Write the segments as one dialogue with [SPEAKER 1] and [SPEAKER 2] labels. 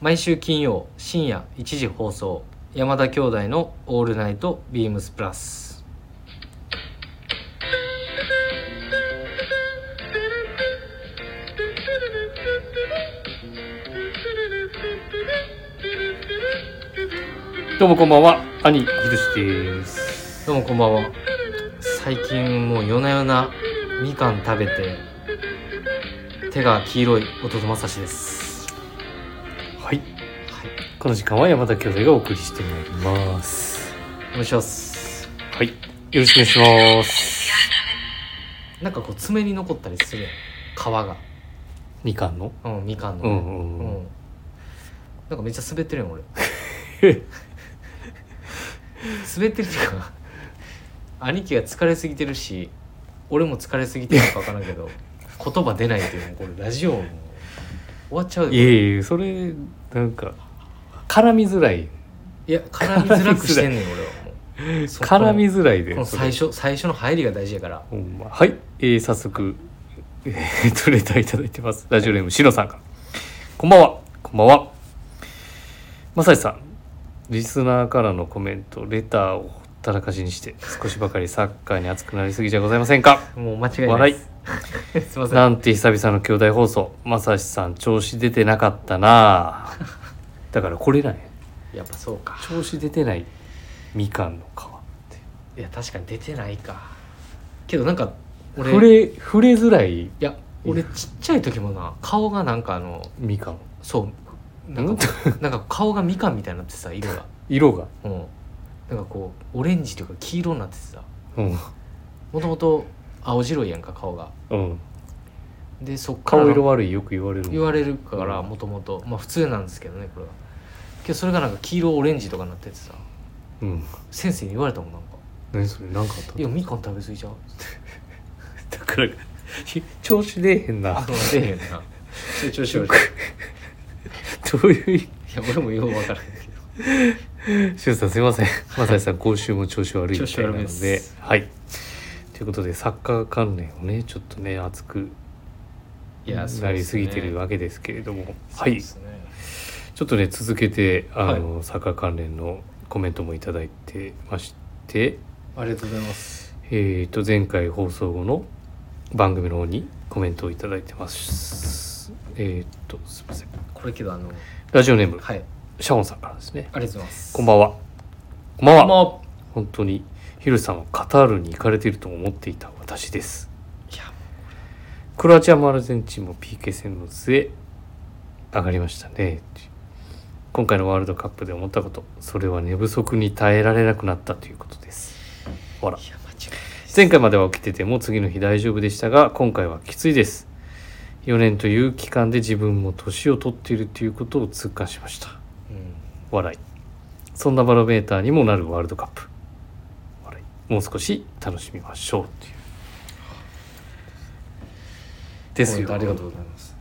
[SPEAKER 1] 毎週金曜深夜1時放送山田兄弟の「オールナイトビームスプラス」
[SPEAKER 2] どうもこんばんは兄ひるしです
[SPEAKER 1] どうもこんばんは最近もう夜な夜なみかん食べて手が黄色い弟まさしです
[SPEAKER 2] は
[SPEAKER 1] は
[SPEAKER 2] い
[SPEAKER 1] い
[SPEAKER 2] この時間は山田兄弟がお送りしてまいります
[SPEAKER 1] お願いします
[SPEAKER 2] はいよろしくお願いします
[SPEAKER 1] なんかこう爪に残ったりするやん皮が
[SPEAKER 2] みかんの
[SPEAKER 1] うんみかんの
[SPEAKER 2] う
[SPEAKER 1] ね、
[SPEAKER 2] んうんうん、
[SPEAKER 1] うんなんかめっちゃ滑ってる やん俺滑ってるっていうか兄貴が疲れすぎてるし俺も疲れすぎてるのか分からんけど言葉出ないっていうのこれラジオも終わっちゃう
[SPEAKER 2] いやいやそれなんか絡みづらい
[SPEAKER 1] いや絡みづらくしてんねん俺はもうそこの
[SPEAKER 2] 絡みづらいで
[SPEAKER 1] この
[SPEAKER 2] それ
[SPEAKER 1] 最初最初の入りが大事やから
[SPEAKER 2] ほんまはい、えー早速、 えー、とレターいただいてますラジオネームしのさんからこんばんはこんばんはまさしさんリスナーからのコメントレターをほったらかしにして少しばかりサッカーに熱くなりすぎじゃございませんか
[SPEAKER 1] もう間違いないですすいません
[SPEAKER 2] なんて久々の兄弟放送まさしさん調子出てなかっ たなあだからこれなんや
[SPEAKER 1] やっぱそうか
[SPEAKER 2] 調子出てないみかんの皮って
[SPEAKER 1] いや確かに出てないかけどなんか俺
[SPEAKER 2] 触れ触れづらい
[SPEAKER 1] いや俺ちっちゃい時もな顔がなんかあの
[SPEAKER 2] みかん
[SPEAKER 1] そうなんか なんか顔がみかんみたいになってさ色が
[SPEAKER 2] 色が、
[SPEAKER 1] うんなんかこうオレンジというか黄色になっててさ
[SPEAKER 2] うん
[SPEAKER 1] もともと青白いやんか顔が
[SPEAKER 2] うん、
[SPEAKER 1] でそっから
[SPEAKER 2] 顔色悪いよく言われるもん
[SPEAKER 1] 言われるから
[SPEAKER 2] うん
[SPEAKER 1] もともとまあ普通なんですけどねこれはけどそれがなんか黄色オレンジとかになっててさ
[SPEAKER 2] うん
[SPEAKER 1] 先生に言われたもんなんか「
[SPEAKER 2] 何それ何かあった
[SPEAKER 1] いやみかん食べ過ぎちゃう?」
[SPEAKER 2] だから調子出えへんな
[SPEAKER 1] あ出へんな成長しようい
[SPEAKER 2] どういう
[SPEAKER 1] や俺もよう分からんけど
[SPEAKER 2] しゅうさんすい ませんまさしさん今週も調子悪い
[SPEAKER 1] 調
[SPEAKER 2] み
[SPEAKER 1] 子
[SPEAKER 2] たい
[SPEAKER 1] 悪
[SPEAKER 2] ないの
[SPEAKER 1] で
[SPEAKER 2] ですはいということでサッカー関連をねちょっとね熱く
[SPEAKER 1] いやそう
[SPEAKER 2] な
[SPEAKER 1] っ
[SPEAKER 2] り
[SPEAKER 1] す
[SPEAKER 2] す
[SPEAKER 1] ね
[SPEAKER 2] ぎてるわけですけれども、は
[SPEAKER 1] そう
[SPEAKER 2] い
[SPEAKER 1] っ
[SPEAKER 2] ち
[SPEAKER 1] すね
[SPEAKER 2] ょっとね続けてあの、サッカー関連のコメントもいただいてまして
[SPEAKER 1] ありがとうございます
[SPEAKER 2] えー、と前回放送後の番組の方にコメントをいただいてます。えっ、とすみません。
[SPEAKER 1] これけどあの
[SPEAKER 2] ラジオネーム、
[SPEAKER 1] はい
[SPEAKER 2] シャオンさんからですね。
[SPEAKER 1] ありがとうございます
[SPEAKER 2] こんばんは。こんばんは。
[SPEAKER 1] こんばんは
[SPEAKER 2] 本当にヒルさんはカタールに行かれていると思っていた私です。
[SPEAKER 1] いや
[SPEAKER 2] クロアチアもアルゼンチンも PK 戦の末上がりましたね今回のワールドカップで思ったことそれは寝不足に耐えられなくなったということですほら
[SPEAKER 1] いや間違いないです
[SPEAKER 2] 前回までは起きてても次の日大丈夫でしたが今回はきついです4年という期間で自分も年を取っているということを痛感しました笑いそんなバロメーターにもなるワールドカップ笑いもう少し楽しみましょうっていうです
[SPEAKER 1] コ
[SPEAKER 2] よ
[SPEAKER 1] メントありがとうございます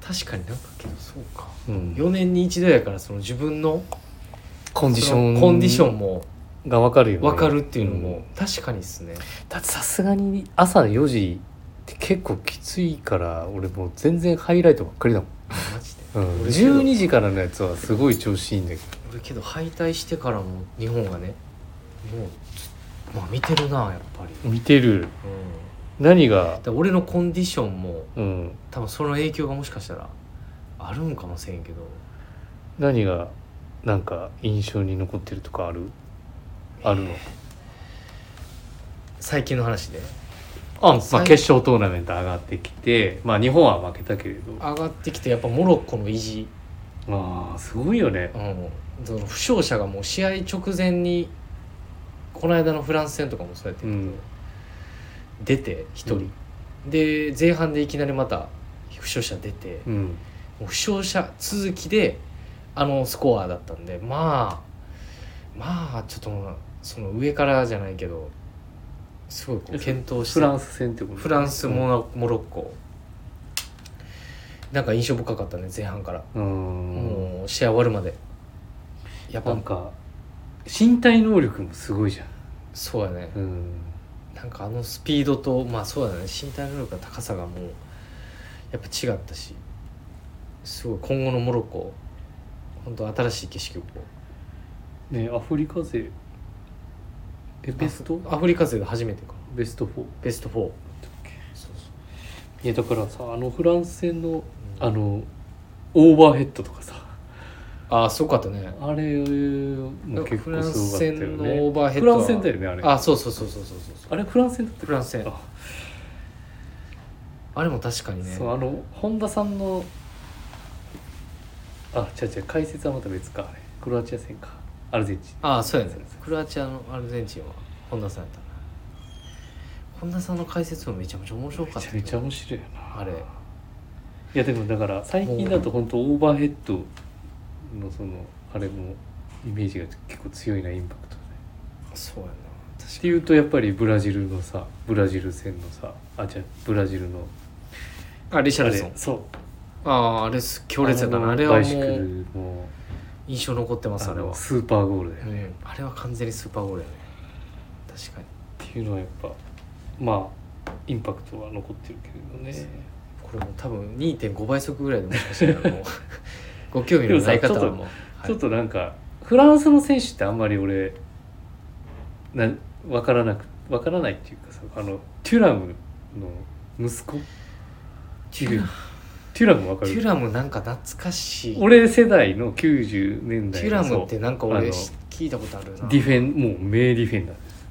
[SPEAKER 1] 確かになんかけどそうか
[SPEAKER 2] うん
[SPEAKER 1] 4年に一度やからその自分の
[SPEAKER 2] コンディショ
[SPEAKER 1] そ
[SPEAKER 2] ン
[SPEAKER 1] のコンディションも
[SPEAKER 2] が分かるよね
[SPEAKER 1] 分かるっていうの
[SPEAKER 2] ん
[SPEAKER 1] も確かにです ね
[SPEAKER 2] だってさすがに朝4時って結構きついから俺もう全然ハイライトばっかりだもん、
[SPEAKER 1] マジで
[SPEAKER 2] う
[SPEAKER 1] 俺
[SPEAKER 2] ん、
[SPEAKER 1] けど
[SPEAKER 2] 12時からのやつはすごい調子いいんだけど
[SPEAKER 1] 俺けど敗退してからも日本がねもうまあ見てるなやっぱりうん
[SPEAKER 2] 見てる
[SPEAKER 1] だ
[SPEAKER 2] 何が
[SPEAKER 1] から俺のコンディションも
[SPEAKER 2] うん
[SPEAKER 1] 多分その影響がもしかしたらあるんかもしれんけど
[SPEAKER 2] 何がなんか印象に残ってるとかあるあるの
[SPEAKER 1] 最近の話で
[SPEAKER 2] あ、まあ、決
[SPEAKER 1] 最
[SPEAKER 2] 勝トーナメント上がってきてまあ日本は負けたけれど
[SPEAKER 1] 上がってきてやっぱモロッコの意地
[SPEAKER 2] ああすごいよね
[SPEAKER 1] うん、その負傷者がもう試合直前にこの間のフランス戦とかもそうやって、
[SPEAKER 2] うん
[SPEAKER 1] 出て1人、で前半でいきなりまた負傷者出て、も
[SPEAKER 2] うん
[SPEAKER 1] う負傷者続きであのスコアだったんでまあまあちょっともうその上からじゃないけどすごいこう検討して
[SPEAKER 2] フランス戦ってこと
[SPEAKER 1] フランスモナモロッコなんか印象深かったね前半から、
[SPEAKER 2] うん
[SPEAKER 1] もう試合終わるまでやっ
[SPEAKER 2] な
[SPEAKER 1] ぱ
[SPEAKER 2] んか身体能力もすごいじゃん
[SPEAKER 1] そうやね、
[SPEAKER 2] うん
[SPEAKER 1] なんかあのスピードとまあそうだね身体能力の高さがもうやっぱ違ったしすごい今後のモロッコ本当新しい景色をこ
[SPEAKER 2] ねアフリカ勢え
[SPEAKER 1] う
[SPEAKER 2] ベスト
[SPEAKER 1] アフリカ勢が初めてかな
[SPEAKER 2] ベスト4
[SPEAKER 1] ベスト4そうそう
[SPEAKER 2] いやだからさあのフランス戦の
[SPEAKER 1] うん
[SPEAKER 2] あのオーバーヘッドとかさ
[SPEAKER 1] ああすごかったね
[SPEAKER 2] あれも結
[SPEAKER 1] フラ
[SPEAKER 2] 構
[SPEAKER 1] ン
[SPEAKER 2] す
[SPEAKER 1] ス
[SPEAKER 2] ごかったよね
[SPEAKER 1] 戦のオーバーヘッ
[SPEAKER 2] フ
[SPEAKER 1] ド
[SPEAKER 2] ラ
[SPEAKER 1] は
[SPEAKER 2] ンス戦だよねあれ
[SPEAKER 1] あそうそうそうそうそうそう
[SPEAKER 2] あれフランス戦だった
[SPEAKER 1] フランス戦
[SPEAKER 2] あ
[SPEAKER 1] あれも確かにね
[SPEAKER 2] そうあの本田さんのあ違う違う解説はまた別かあれクロアチア戦かアルゼンチン
[SPEAKER 1] ああそうやねクロアチアのアルゼンチンは本田さんやったな本田さんの解説もめちゃめちゃ面白かった
[SPEAKER 2] めちゃ
[SPEAKER 1] け
[SPEAKER 2] めちゃ
[SPEAKER 1] ど
[SPEAKER 2] 面白いよな
[SPEAKER 1] あれ
[SPEAKER 2] いやでもだから最近だと本当オーバーヘッドのそのあれもイメージが結構強いなインパクトで
[SPEAKER 1] そうやな確
[SPEAKER 2] っ
[SPEAKER 1] か
[SPEAKER 2] て
[SPEAKER 1] に
[SPEAKER 2] いうとやっぱりブラジルのさブラジル戦のさあじゃブラジルの
[SPEAKER 1] あリシャ
[SPEAKER 2] あ
[SPEAKER 1] ルソ
[SPEAKER 2] れ
[SPEAKER 1] ン
[SPEAKER 2] そう
[SPEAKER 1] あああれす強烈やったなあれ
[SPEAKER 2] の
[SPEAKER 1] は
[SPEAKER 2] バイシク
[SPEAKER 1] も
[SPEAKER 2] ル
[SPEAKER 1] う
[SPEAKER 2] も
[SPEAKER 1] 印象残ってますあ
[SPEAKER 2] あ
[SPEAKER 1] れは
[SPEAKER 2] のスーパーゴールだよね
[SPEAKER 1] うんあれは完全にスーパーゴールやね確かに
[SPEAKER 2] っていうのはやっぱまあインパクトは残ってるけれどね
[SPEAKER 1] これも多分2.5倍速ぐらいでもしかしたら もうご興味のない方はもうはい
[SPEAKER 2] ちょっとなんかフランスの選手ってあんまり俺な分からなく分からないっていうかさあのテュラムの息子テュテュラム分か
[SPEAKER 1] テュ
[SPEAKER 2] る
[SPEAKER 1] ラムなんか懐かしい
[SPEAKER 2] 俺世代の90年
[SPEAKER 1] テ
[SPEAKER 2] 代
[SPEAKER 1] ュラムってなんか
[SPEAKER 2] あ
[SPEAKER 1] 俺
[SPEAKER 2] の
[SPEAKER 1] し聞いたことある
[SPEAKER 2] そ
[SPEAKER 1] な
[SPEAKER 2] うディフェンもう名ディフェンダーです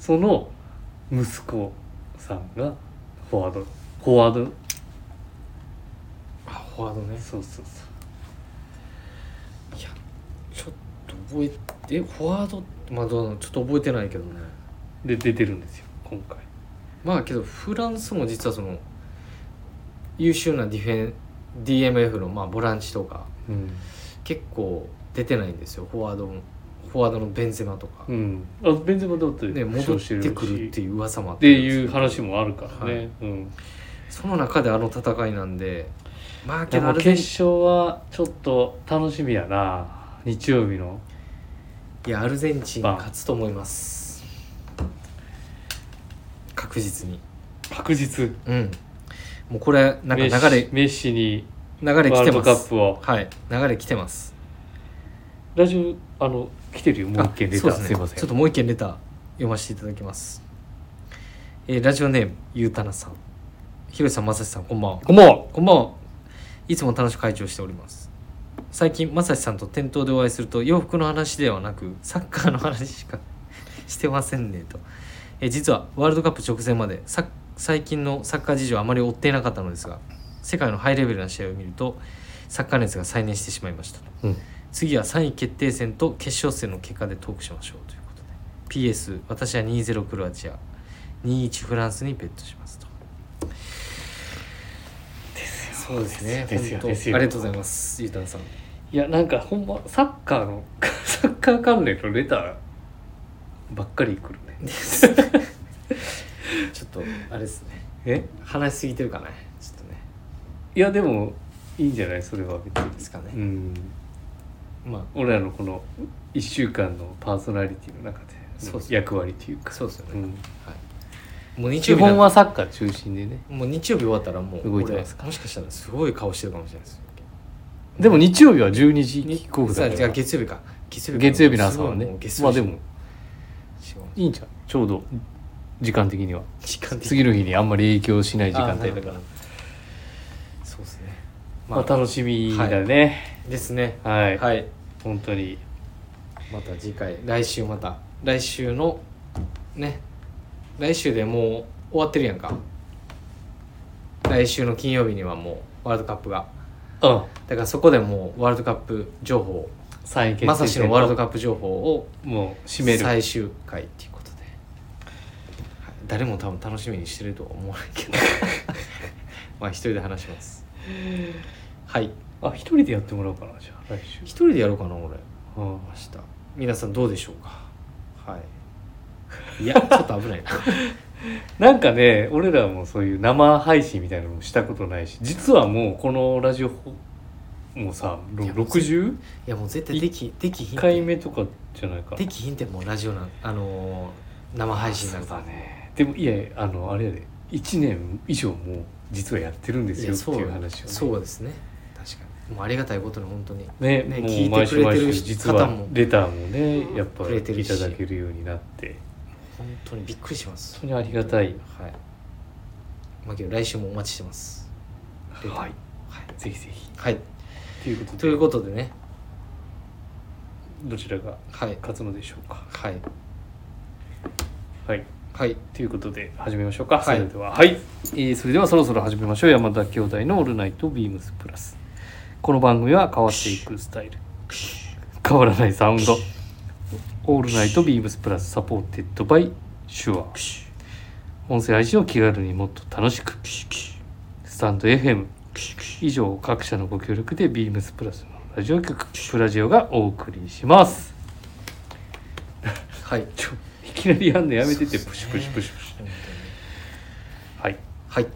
[SPEAKER 2] その息子さんがフォワードフォワード
[SPEAKER 1] あフォワードね
[SPEAKER 2] そうそうそう
[SPEAKER 1] いやちょっと覚えてえフォワードってまあどうなのちょっと覚えてないけどね
[SPEAKER 2] で出てるんですよ今回
[SPEAKER 1] まあけどフランスも実はその優秀なディフェン DMF のまあボランチとか
[SPEAKER 2] うん、
[SPEAKER 1] 結構出てないんですよフォワードもフォワードのベンゼマとか、
[SPEAKER 2] あベンゼマだって
[SPEAKER 1] ね、
[SPEAKER 2] 負
[SPEAKER 1] 戻
[SPEAKER 2] 傷して
[SPEAKER 1] ってくるって
[SPEAKER 2] し
[SPEAKER 1] いう噂もあっ
[SPEAKER 2] ってていう話もあるからね、
[SPEAKER 1] はい
[SPEAKER 2] うん、
[SPEAKER 1] その中であの戦いなんでまあけ
[SPEAKER 2] で
[SPEAKER 1] どあ
[SPEAKER 2] も
[SPEAKER 1] れ
[SPEAKER 2] 決
[SPEAKER 1] で
[SPEAKER 2] 勝はちょっと楽しみやな日曜日の
[SPEAKER 1] いやアルゼンチン勝つと思います確実に
[SPEAKER 2] 確実
[SPEAKER 1] うんもうこれなん
[SPEAKER 2] メッ
[SPEAKER 1] か
[SPEAKER 2] シ
[SPEAKER 1] 流れ
[SPEAKER 2] メッシに
[SPEAKER 1] 流れ
[SPEAKER 2] ワ
[SPEAKER 1] 来
[SPEAKER 2] ー
[SPEAKER 1] て
[SPEAKER 2] ルド
[SPEAKER 1] ま
[SPEAKER 2] カッ
[SPEAKER 1] す
[SPEAKER 2] プを
[SPEAKER 1] はい流れ来てます
[SPEAKER 2] ラジオあの来てるよもう一件出
[SPEAKER 1] そう
[SPEAKER 2] た,、
[SPEAKER 1] ですす,、ね、
[SPEAKER 2] いません
[SPEAKER 1] ちょっともう一件レター読ませていただきます、えーラジオネームゆうたなさんひろしさんまさしさんこんばんは
[SPEAKER 2] こんばんは
[SPEAKER 1] こんばんはいつも楽しく会長しております最近まさしさんと店頭でお会いすると洋服の話ではなくサッカーの話しか してませんねとえ実はワールドカップ直前までサッ最近のサッカー事情はあまり追っていなかったのですが世界のハイレベルな試合を見るとサッカー熱が再燃してしまいましたと
[SPEAKER 2] うん
[SPEAKER 1] 次は3位決定戦と決勝戦の結果でトークしましょうということで PS 私は2-0クロアチア2-1フランスにベットしますとそうですね
[SPEAKER 2] ですよ
[SPEAKER 1] 本当
[SPEAKER 2] ですよ
[SPEAKER 1] ありがとうございますゆうたんさん
[SPEAKER 2] いやなんかほんまサッカーの サッカー関連のレターばっかり来るね
[SPEAKER 1] ですちょっとあれですね
[SPEAKER 2] え
[SPEAKER 1] 話しすぎてるかねちょっとね
[SPEAKER 2] いやでもいいんじゃないそれは別に
[SPEAKER 1] ですか
[SPEAKER 2] う
[SPEAKER 1] ね、
[SPEAKER 2] ん
[SPEAKER 1] まあ
[SPEAKER 2] 俺らのこの1週間のパーソナリティの中で
[SPEAKER 1] そうそう
[SPEAKER 2] 役割というか
[SPEAKER 1] そうですよね、
[SPEAKER 2] うん
[SPEAKER 1] はい、もう日
[SPEAKER 2] 基
[SPEAKER 1] 曜日なん
[SPEAKER 2] 本
[SPEAKER 1] て
[SPEAKER 2] はサッカー中心でね
[SPEAKER 1] もう日曜日終わったらもう
[SPEAKER 2] 動いてます
[SPEAKER 1] 俺もしかしたらすごい顔してるかもしれないです
[SPEAKER 2] でも日曜日は12時キ
[SPEAKER 1] に
[SPEAKER 2] ックオフ
[SPEAKER 1] さ
[SPEAKER 2] だ
[SPEAKER 1] あ
[SPEAKER 2] か
[SPEAKER 1] じゃあ
[SPEAKER 2] ら
[SPEAKER 1] 月曜日か月か
[SPEAKER 2] 月曜日の朝は
[SPEAKER 1] すごい
[SPEAKER 2] ね
[SPEAKER 1] もう月曜
[SPEAKER 2] まあ
[SPEAKER 1] 日
[SPEAKER 2] でも
[SPEAKER 1] しかも
[SPEAKER 2] いいんじゃんちょうど時間的には
[SPEAKER 1] 時間的に
[SPEAKER 2] 次の日にあんまり影響しない時間
[SPEAKER 1] あ
[SPEAKER 2] 帯
[SPEAKER 1] な
[SPEAKER 2] だ
[SPEAKER 1] るほ
[SPEAKER 2] から
[SPEAKER 1] どそうですね
[SPEAKER 2] まあ楽しみだね
[SPEAKER 1] ですね
[SPEAKER 2] はい、
[SPEAKER 1] はい
[SPEAKER 2] 本当に
[SPEAKER 1] また次回来週また来週のね来週でもう終わってるやんか来週の金曜日にはもうワールドカップが
[SPEAKER 2] うん
[SPEAKER 1] だからそこでもうワールドカップ情報
[SPEAKER 2] 3位決定戦
[SPEAKER 1] まさしのワールド
[SPEAKER 2] カ
[SPEAKER 1] カップ情報を
[SPEAKER 2] ップもう締める
[SPEAKER 1] 最終回っていうことで、はい誰も多分楽しみにしてるとは思わないけ どまあ一人で話し ますはい
[SPEAKER 2] あ一人でやってもらおうかなじゃあ来週
[SPEAKER 1] 一人でやろうかな俺
[SPEAKER 2] うん
[SPEAKER 1] 明日皆さんどうでしょうかはいいやちょっと 危ないな
[SPEAKER 2] なんかね俺らもそういう生配信みたいなのもしたことないし実はもうこのラジオもうさろ
[SPEAKER 1] いや
[SPEAKER 2] 61
[SPEAKER 1] いやもう絶対できできひん
[SPEAKER 2] 回
[SPEAKER 1] て
[SPEAKER 2] 目とかじゃないかな
[SPEAKER 1] できひんてもうラジオなんあのー生配信なん
[SPEAKER 2] そう
[SPEAKER 1] か
[SPEAKER 2] だねでもいやあのあれやで1年以上もう実はやってるんで
[SPEAKER 1] い
[SPEAKER 2] すよ
[SPEAKER 1] や
[SPEAKER 2] って
[SPEAKER 1] そう
[SPEAKER 2] いう話を、ね、
[SPEAKER 1] そうですね確かにもうありがたいことに本当に
[SPEAKER 2] ね
[SPEAKER 1] ね
[SPEAKER 2] もう
[SPEAKER 1] 聞いて
[SPEAKER 2] 毎
[SPEAKER 1] く
[SPEAKER 2] 週
[SPEAKER 1] れてる
[SPEAKER 2] 毎週実
[SPEAKER 1] 方
[SPEAKER 2] は
[SPEAKER 1] も
[SPEAKER 2] レターもねやっぱ
[SPEAKER 1] くれてる
[SPEAKER 2] い
[SPEAKER 1] した
[SPEAKER 2] だけるようになって
[SPEAKER 1] 本当にびっくりします
[SPEAKER 2] 本当にありがたい
[SPEAKER 1] はいまあけど来週もお待ちしてますレター
[SPEAKER 2] はい
[SPEAKER 1] はい、
[SPEAKER 2] ぜひぜひ
[SPEAKER 1] はい、
[SPEAKER 2] ということで
[SPEAKER 1] ということでね
[SPEAKER 2] どちらが
[SPEAKER 1] はい
[SPEAKER 2] 勝つのでしょうか
[SPEAKER 1] はい
[SPEAKER 2] はい
[SPEAKER 1] はい
[SPEAKER 2] ということで始めましょうか、
[SPEAKER 1] はい
[SPEAKER 2] それでははい、えーそれではそろそろ始めましょう山田兄弟の「オールナイトビームスプラス」この番組は変わっていくスタイル変わらないサウンド「オールナイトビームスプラス」サポーテッドバイシュア音声配信を気軽にもっと楽しくスタンド FM 以上各社のご協力でビームスプラスのラジオ局プラジオがお送りします
[SPEAKER 1] はい
[SPEAKER 2] ちょいきなりやんのやめてて
[SPEAKER 1] そう
[SPEAKER 2] プ
[SPEAKER 1] っ
[SPEAKER 2] シ
[SPEAKER 1] すね
[SPEAKER 2] ュプシュプシュプシ
[SPEAKER 1] 本当に
[SPEAKER 2] ュはい
[SPEAKER 1] はい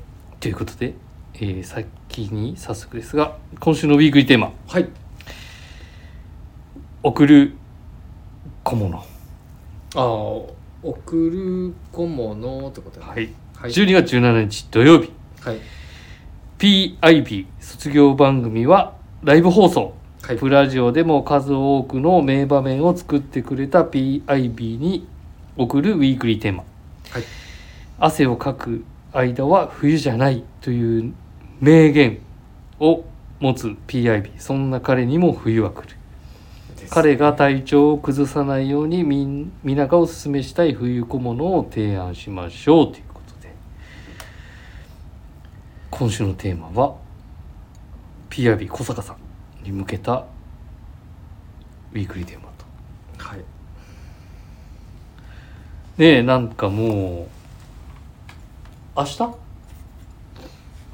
[SPEAKER 2] ということで、えー先に早速ですが今週のウィークリーテーマ
[SPEAKER 1] はい
[SPEAKER 2] 「贈る小物」
[SPEAKER 1] ああ送る子ものってことだね
[SPEAKER 2] はい、
[SPEAKER 1] はい
[SPEAKER 2] 12月17日土曜日
[SPEAKER 1] はい
[SPEAKER 2] PIB 卒業番組はライブ放送、
[SPEAKER 1] はい
[SPEAKER 2] プラジオでも数多くの名場面を作ってくれた PIB に贈るウィークリーテーマ
[SPEAKER 1] はい
[SPEAKER 2] 汗をかく間は冬じゃないという名言を持つ PIB そんな彼にも冬は来る
[SPEAKER 1] です
[SPEAKER 2] 彼が体調を崩さないようにみん皆がおすすめしたい冬小物を提案しましょうということで今週のテーマは PIB 小坂さんに向けたウィークリーテーマと
[SPEAKER 1] はい
[SPEAKER 2] ねえなんかもう明日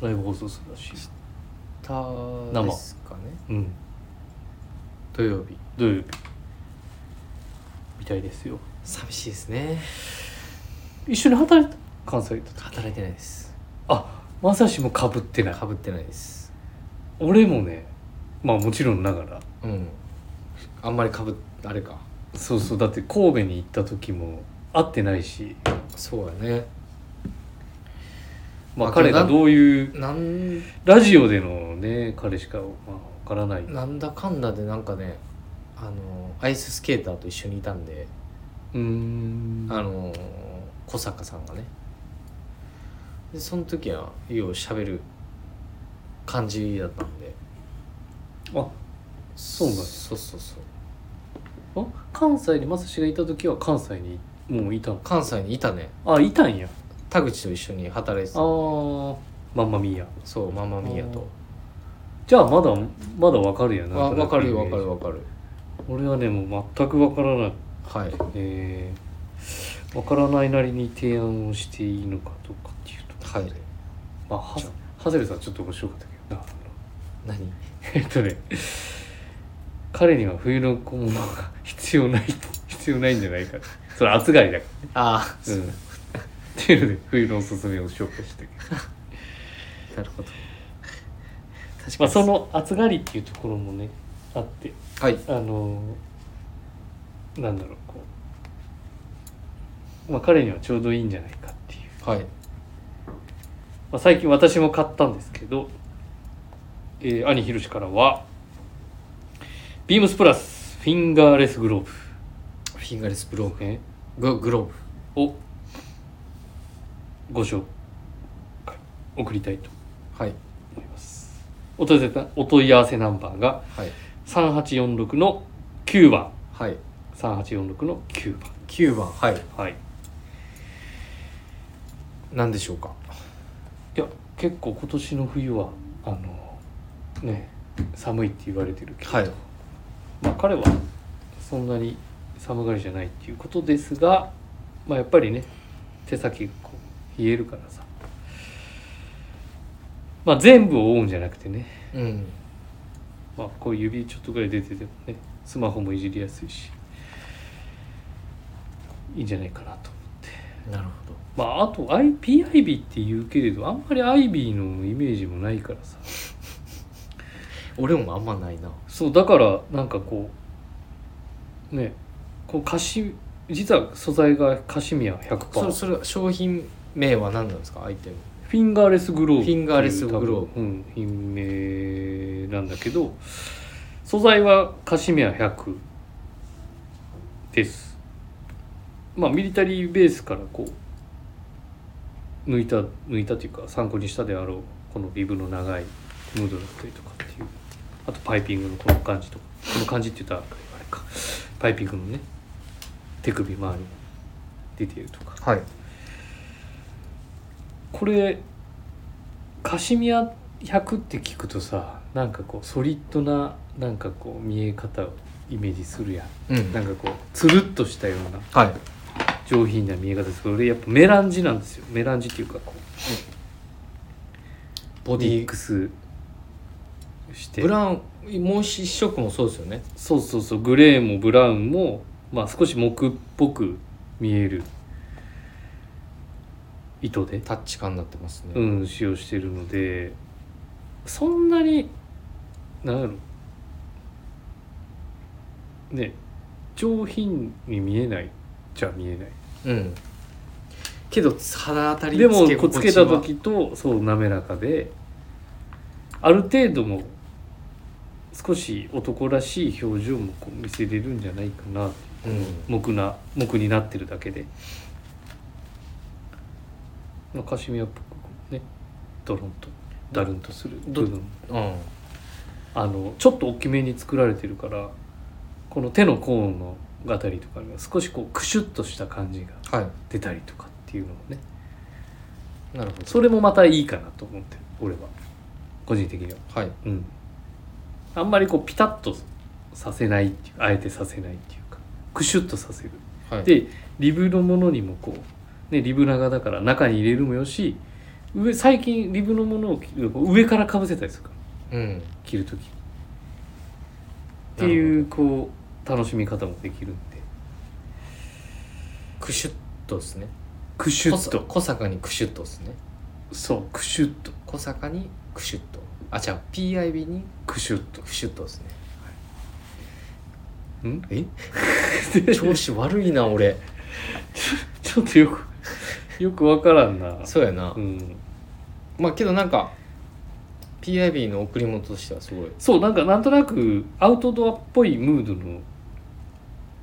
[SPEAKER 2] ライブ放送するらしい
[SPEAKER 1] たですかね
[SPEAKER 2] うん土曜日土曜日みたいですよ
[SPEAKER 1] 寂しいですね
[SPEAKER 2] 一緒に働いた関西と
[SPEAKER 1] 働いてないです
[SPEAKER 2] あまさしもかぶってない
[SPEAKER 1] かぶってないです
[SPEAKER 2] 俺もねまあもちろんながら
[SPEAKER 1] うんあんまりかぶあれか
[SPEAKER 2] そうそうだって神戸に行った時も会ってないし、
[SPEAKER 1] そうやね
[SPEAKER 2] まあ、
[SPEAKER 1] あ
[SPEAKER 2] 彼がどういう
[SPEAKER 1] なん
[SPEAKER 2] ラジオでのね彼しか、まあ、わからない
[SPEAKER 1] なんだかんだでなんかねあのアイススケーターと一緒にいたんで
[SPEAKER 2] うーん
[SPEAKER 1] あの小坂さんがねでその時はよう喋る感じだったんで
[SPEAKER 2] あそうなんや
[SPEAKER 1] そうそうそう
[SPEAKER 2] あ関西にまさしがいた時は関西にもういたの
[SPEAKER 1] 関西にいたね
[SPEAKER 2] あいたんや
[SPEAKER 1] 田口と一緒に働いてた
[SPEAKER 2] あーマンマミーヤ
[SPEAKER 1] そうママミーヤと
[SPEAKER 2] じゃあまだまだわかるやな
[SPEAKER 1] わ分かるよ
[SPEAKER 2] わ
[SPEAKER 1] 分かる分かる
[SPEAKER 2] 俺はねもう全くわからない
[SPEAKER 1] はい
[SPEAKER 2] えー、わからないなりに提案をしていいのかどうかっていうと、
[SPEAKER 1] はい
[SPEAKER 2] まあ、は
[SPEAKER 1] じゃ
[SPEAKER 2] ハゼルさんちょっと面白かったけどな
[SPEAKER 1] 何
[SPEAKER 2] えっとね彼には冬の小物が必要ない 必要ないんじゃないかそれ暑がりだか
[SPEAKER 1] あ
[SPEAKER 2] ら、うん、っていうので冬のおすすめを紹介して
[SPEAKER 1] あなるほど確か
[SPEAKER 2] まあ
[SPEAKER 1] に
[SPEAKER 2] その暑がりっていうところもねあって
[SPEAKER 1] はい
[SPEAKER 2] あのーなんだろうこう、まあ、彼にはちょうどいいんじゃないかっていう
[SPEAKER 1] はい
[SPEAKER 2] まあ、最近私も買ったんですけど、えー兄ひろしからは「ビームスプラスフィンガーレスグロー
[SPEAKER 1] フィンガーレスグロー
[SPEAKER 2] ブ、ね
[SPEAKER 1] ブググローブ」
[SPEAKER 2] をご紹介送りたいと
[SPEAKER 1] はい
[SPEAKER 2] 思いますお問い合わせお問い合わせナンバーが
[SPEAKER 1] はい
[SPEAKER 2] 3846の9番
[SPEAKER 1] はい
[SPEAKER 2] 3846の9番
[SPEAKER 1] 9番はい
[SPEAKER 2] はい
[SPEAKER 1] 何でしょうか
[SPEAKER 2] いや結構今年の冬はあのね寒いって言われてるけど、
[SPEAKER 1] はい
[SPEAKER 2] まあ、彼はそんなに寒がりじゃないっていうことですが、まあ、やっぱりね手先がこう冷えるからさ、まあ、全部を覆うんじゃなくてね、
[SPEAKER 1] うん
[SPEAKER 2] まあ、こう指ちょっとぐらい出ててもねスマホもいじりやすいしいいんじゃないかなと。
[SPEAKER 1] なるほ
[SPEAKER 2] まあ、あと I- PIB って言うけれどあんまりアイビーのイメージもないからさ
[SPEAKER 1] ど俺もあんまないな
[SPEAKER 2] そうだからなんかこうねこうカシ実は素材がカシミヤ100%
[SPEAKER 1] それそれ商品名は何なんですかアイテム
[SPEAKER 2] フィンガーレスグローブっていう
[SPEAKER 1] フィンガーレスグローブ
[SPEAKER 2] 多分うん品名なんだけど素材はカシミヤ100ですまあミリタリーベースからこう抜いた抜いたというか参考にしたであろうこのビブの長いムードだったりとかっていうあとパイピングのこの感じとかこの感じって言ったらあれかパイピングのね手首周りに出ているとか
[SPEAKER 1] はい
[SPEAKER 2] これカシミヤ100って聞くとさなんかこうソリッドななんかこう見え方をイメージするやん
[SPEAKER 1] うん
[SPEAKER 2] なんかこうつるっとしたような
[SPEAKER 1] はい
[SPEAKER 2] 上品な見え方ですけど俺やっぱメランジなんですよメランジっていうかこう
[SPEAKER 1] ボデ
[SPEAKER 2] ミッ
[SPEAKER 1] ィ
[SPEAKER 2] クスして
[SPEAKER 1] ブラウンもう一色もそうですよね
[SPEAKER 2] そうそうそうグレーもブラウンも、まあ、少し木っぽく見える糸で
[SPEAKER 1] タッチ感になってますね、
[SPEAKER 2] うん、使用してるのでそんなになんやろね上品に見えないじゃ見えない
[SPEAKER 1] うんけど肌当たり
[SPEAKER 2] でもこうつ
[SPEAKER 1] 心
[SPEAKER 2] け
[SPEAKER 1] 地
[SPEAKER 2] た
[SPEAKER 1] は
[SPEAKER 2] 時とそう滑らかである程度も少し男らしい表情もこう見せれるんじゃないかな
[SPEAKER 1] うん
[SPEAKER 2] 木な木になってるだけで、まあ、カシミヤっぽくこうねドロンとダルンとする部分も
[SPEAKER 1] うん
[SPEAKER 2] あのちょっと大きめに作られてるからこの手の甲のあたりとかには少しこうクシュッとした感じが
[SPEAKER 1] は
[SPEAKER 2] 出たりとかっていうのもね
[SPEAKER 1] いなるほど
[SPEAKER 2] それもまたいいかなと思ってる俺は個人的には
[SPEAKER 1] はい
[SPEAKER 2] うんあんまりこうピタッとさせないっていうあえてさせないっていうかクシュッとさせる
[SPEAKER 1] はい
[SPEAKER 2] でリブのものにもこう、ね、リブ長だから中に入れるもよし上最近リブのものを着る上からかぶせたりするから
[SPEAKER 1] うん
[SPEAKER 2] 着る時っていうこう楽しみ方もできるんで
[SPEAKER 1] クシュッとですね
[SPEAKER 2] クシュッと
[SPEAKER 1] 小小坂にクシュッとですね
[SPEAKER 2] そうクシュッと
[SPEAKER 1] 小坂にクシュッとあじゃあ PIB に
[SPEAKER 2] クシュッと
[SPEAKER 1] クシュッとですね
[SPEAKER 2] ん
[SPEAKER 1] え
[SPEAKER 2] ちょ
[SPEAKER 1] 調子悪いな俺
[SPEAKER 2] ちょっとよく よくわからんな
[SPEAKER 1] そうやな、
[SPEAKER 2] うん、
[SPEAKER 1] まあけどなんか PIB の贈り物としてはすごい
[SPEAKER 2] そうなんかなんとなくアウトドアっぽいムードの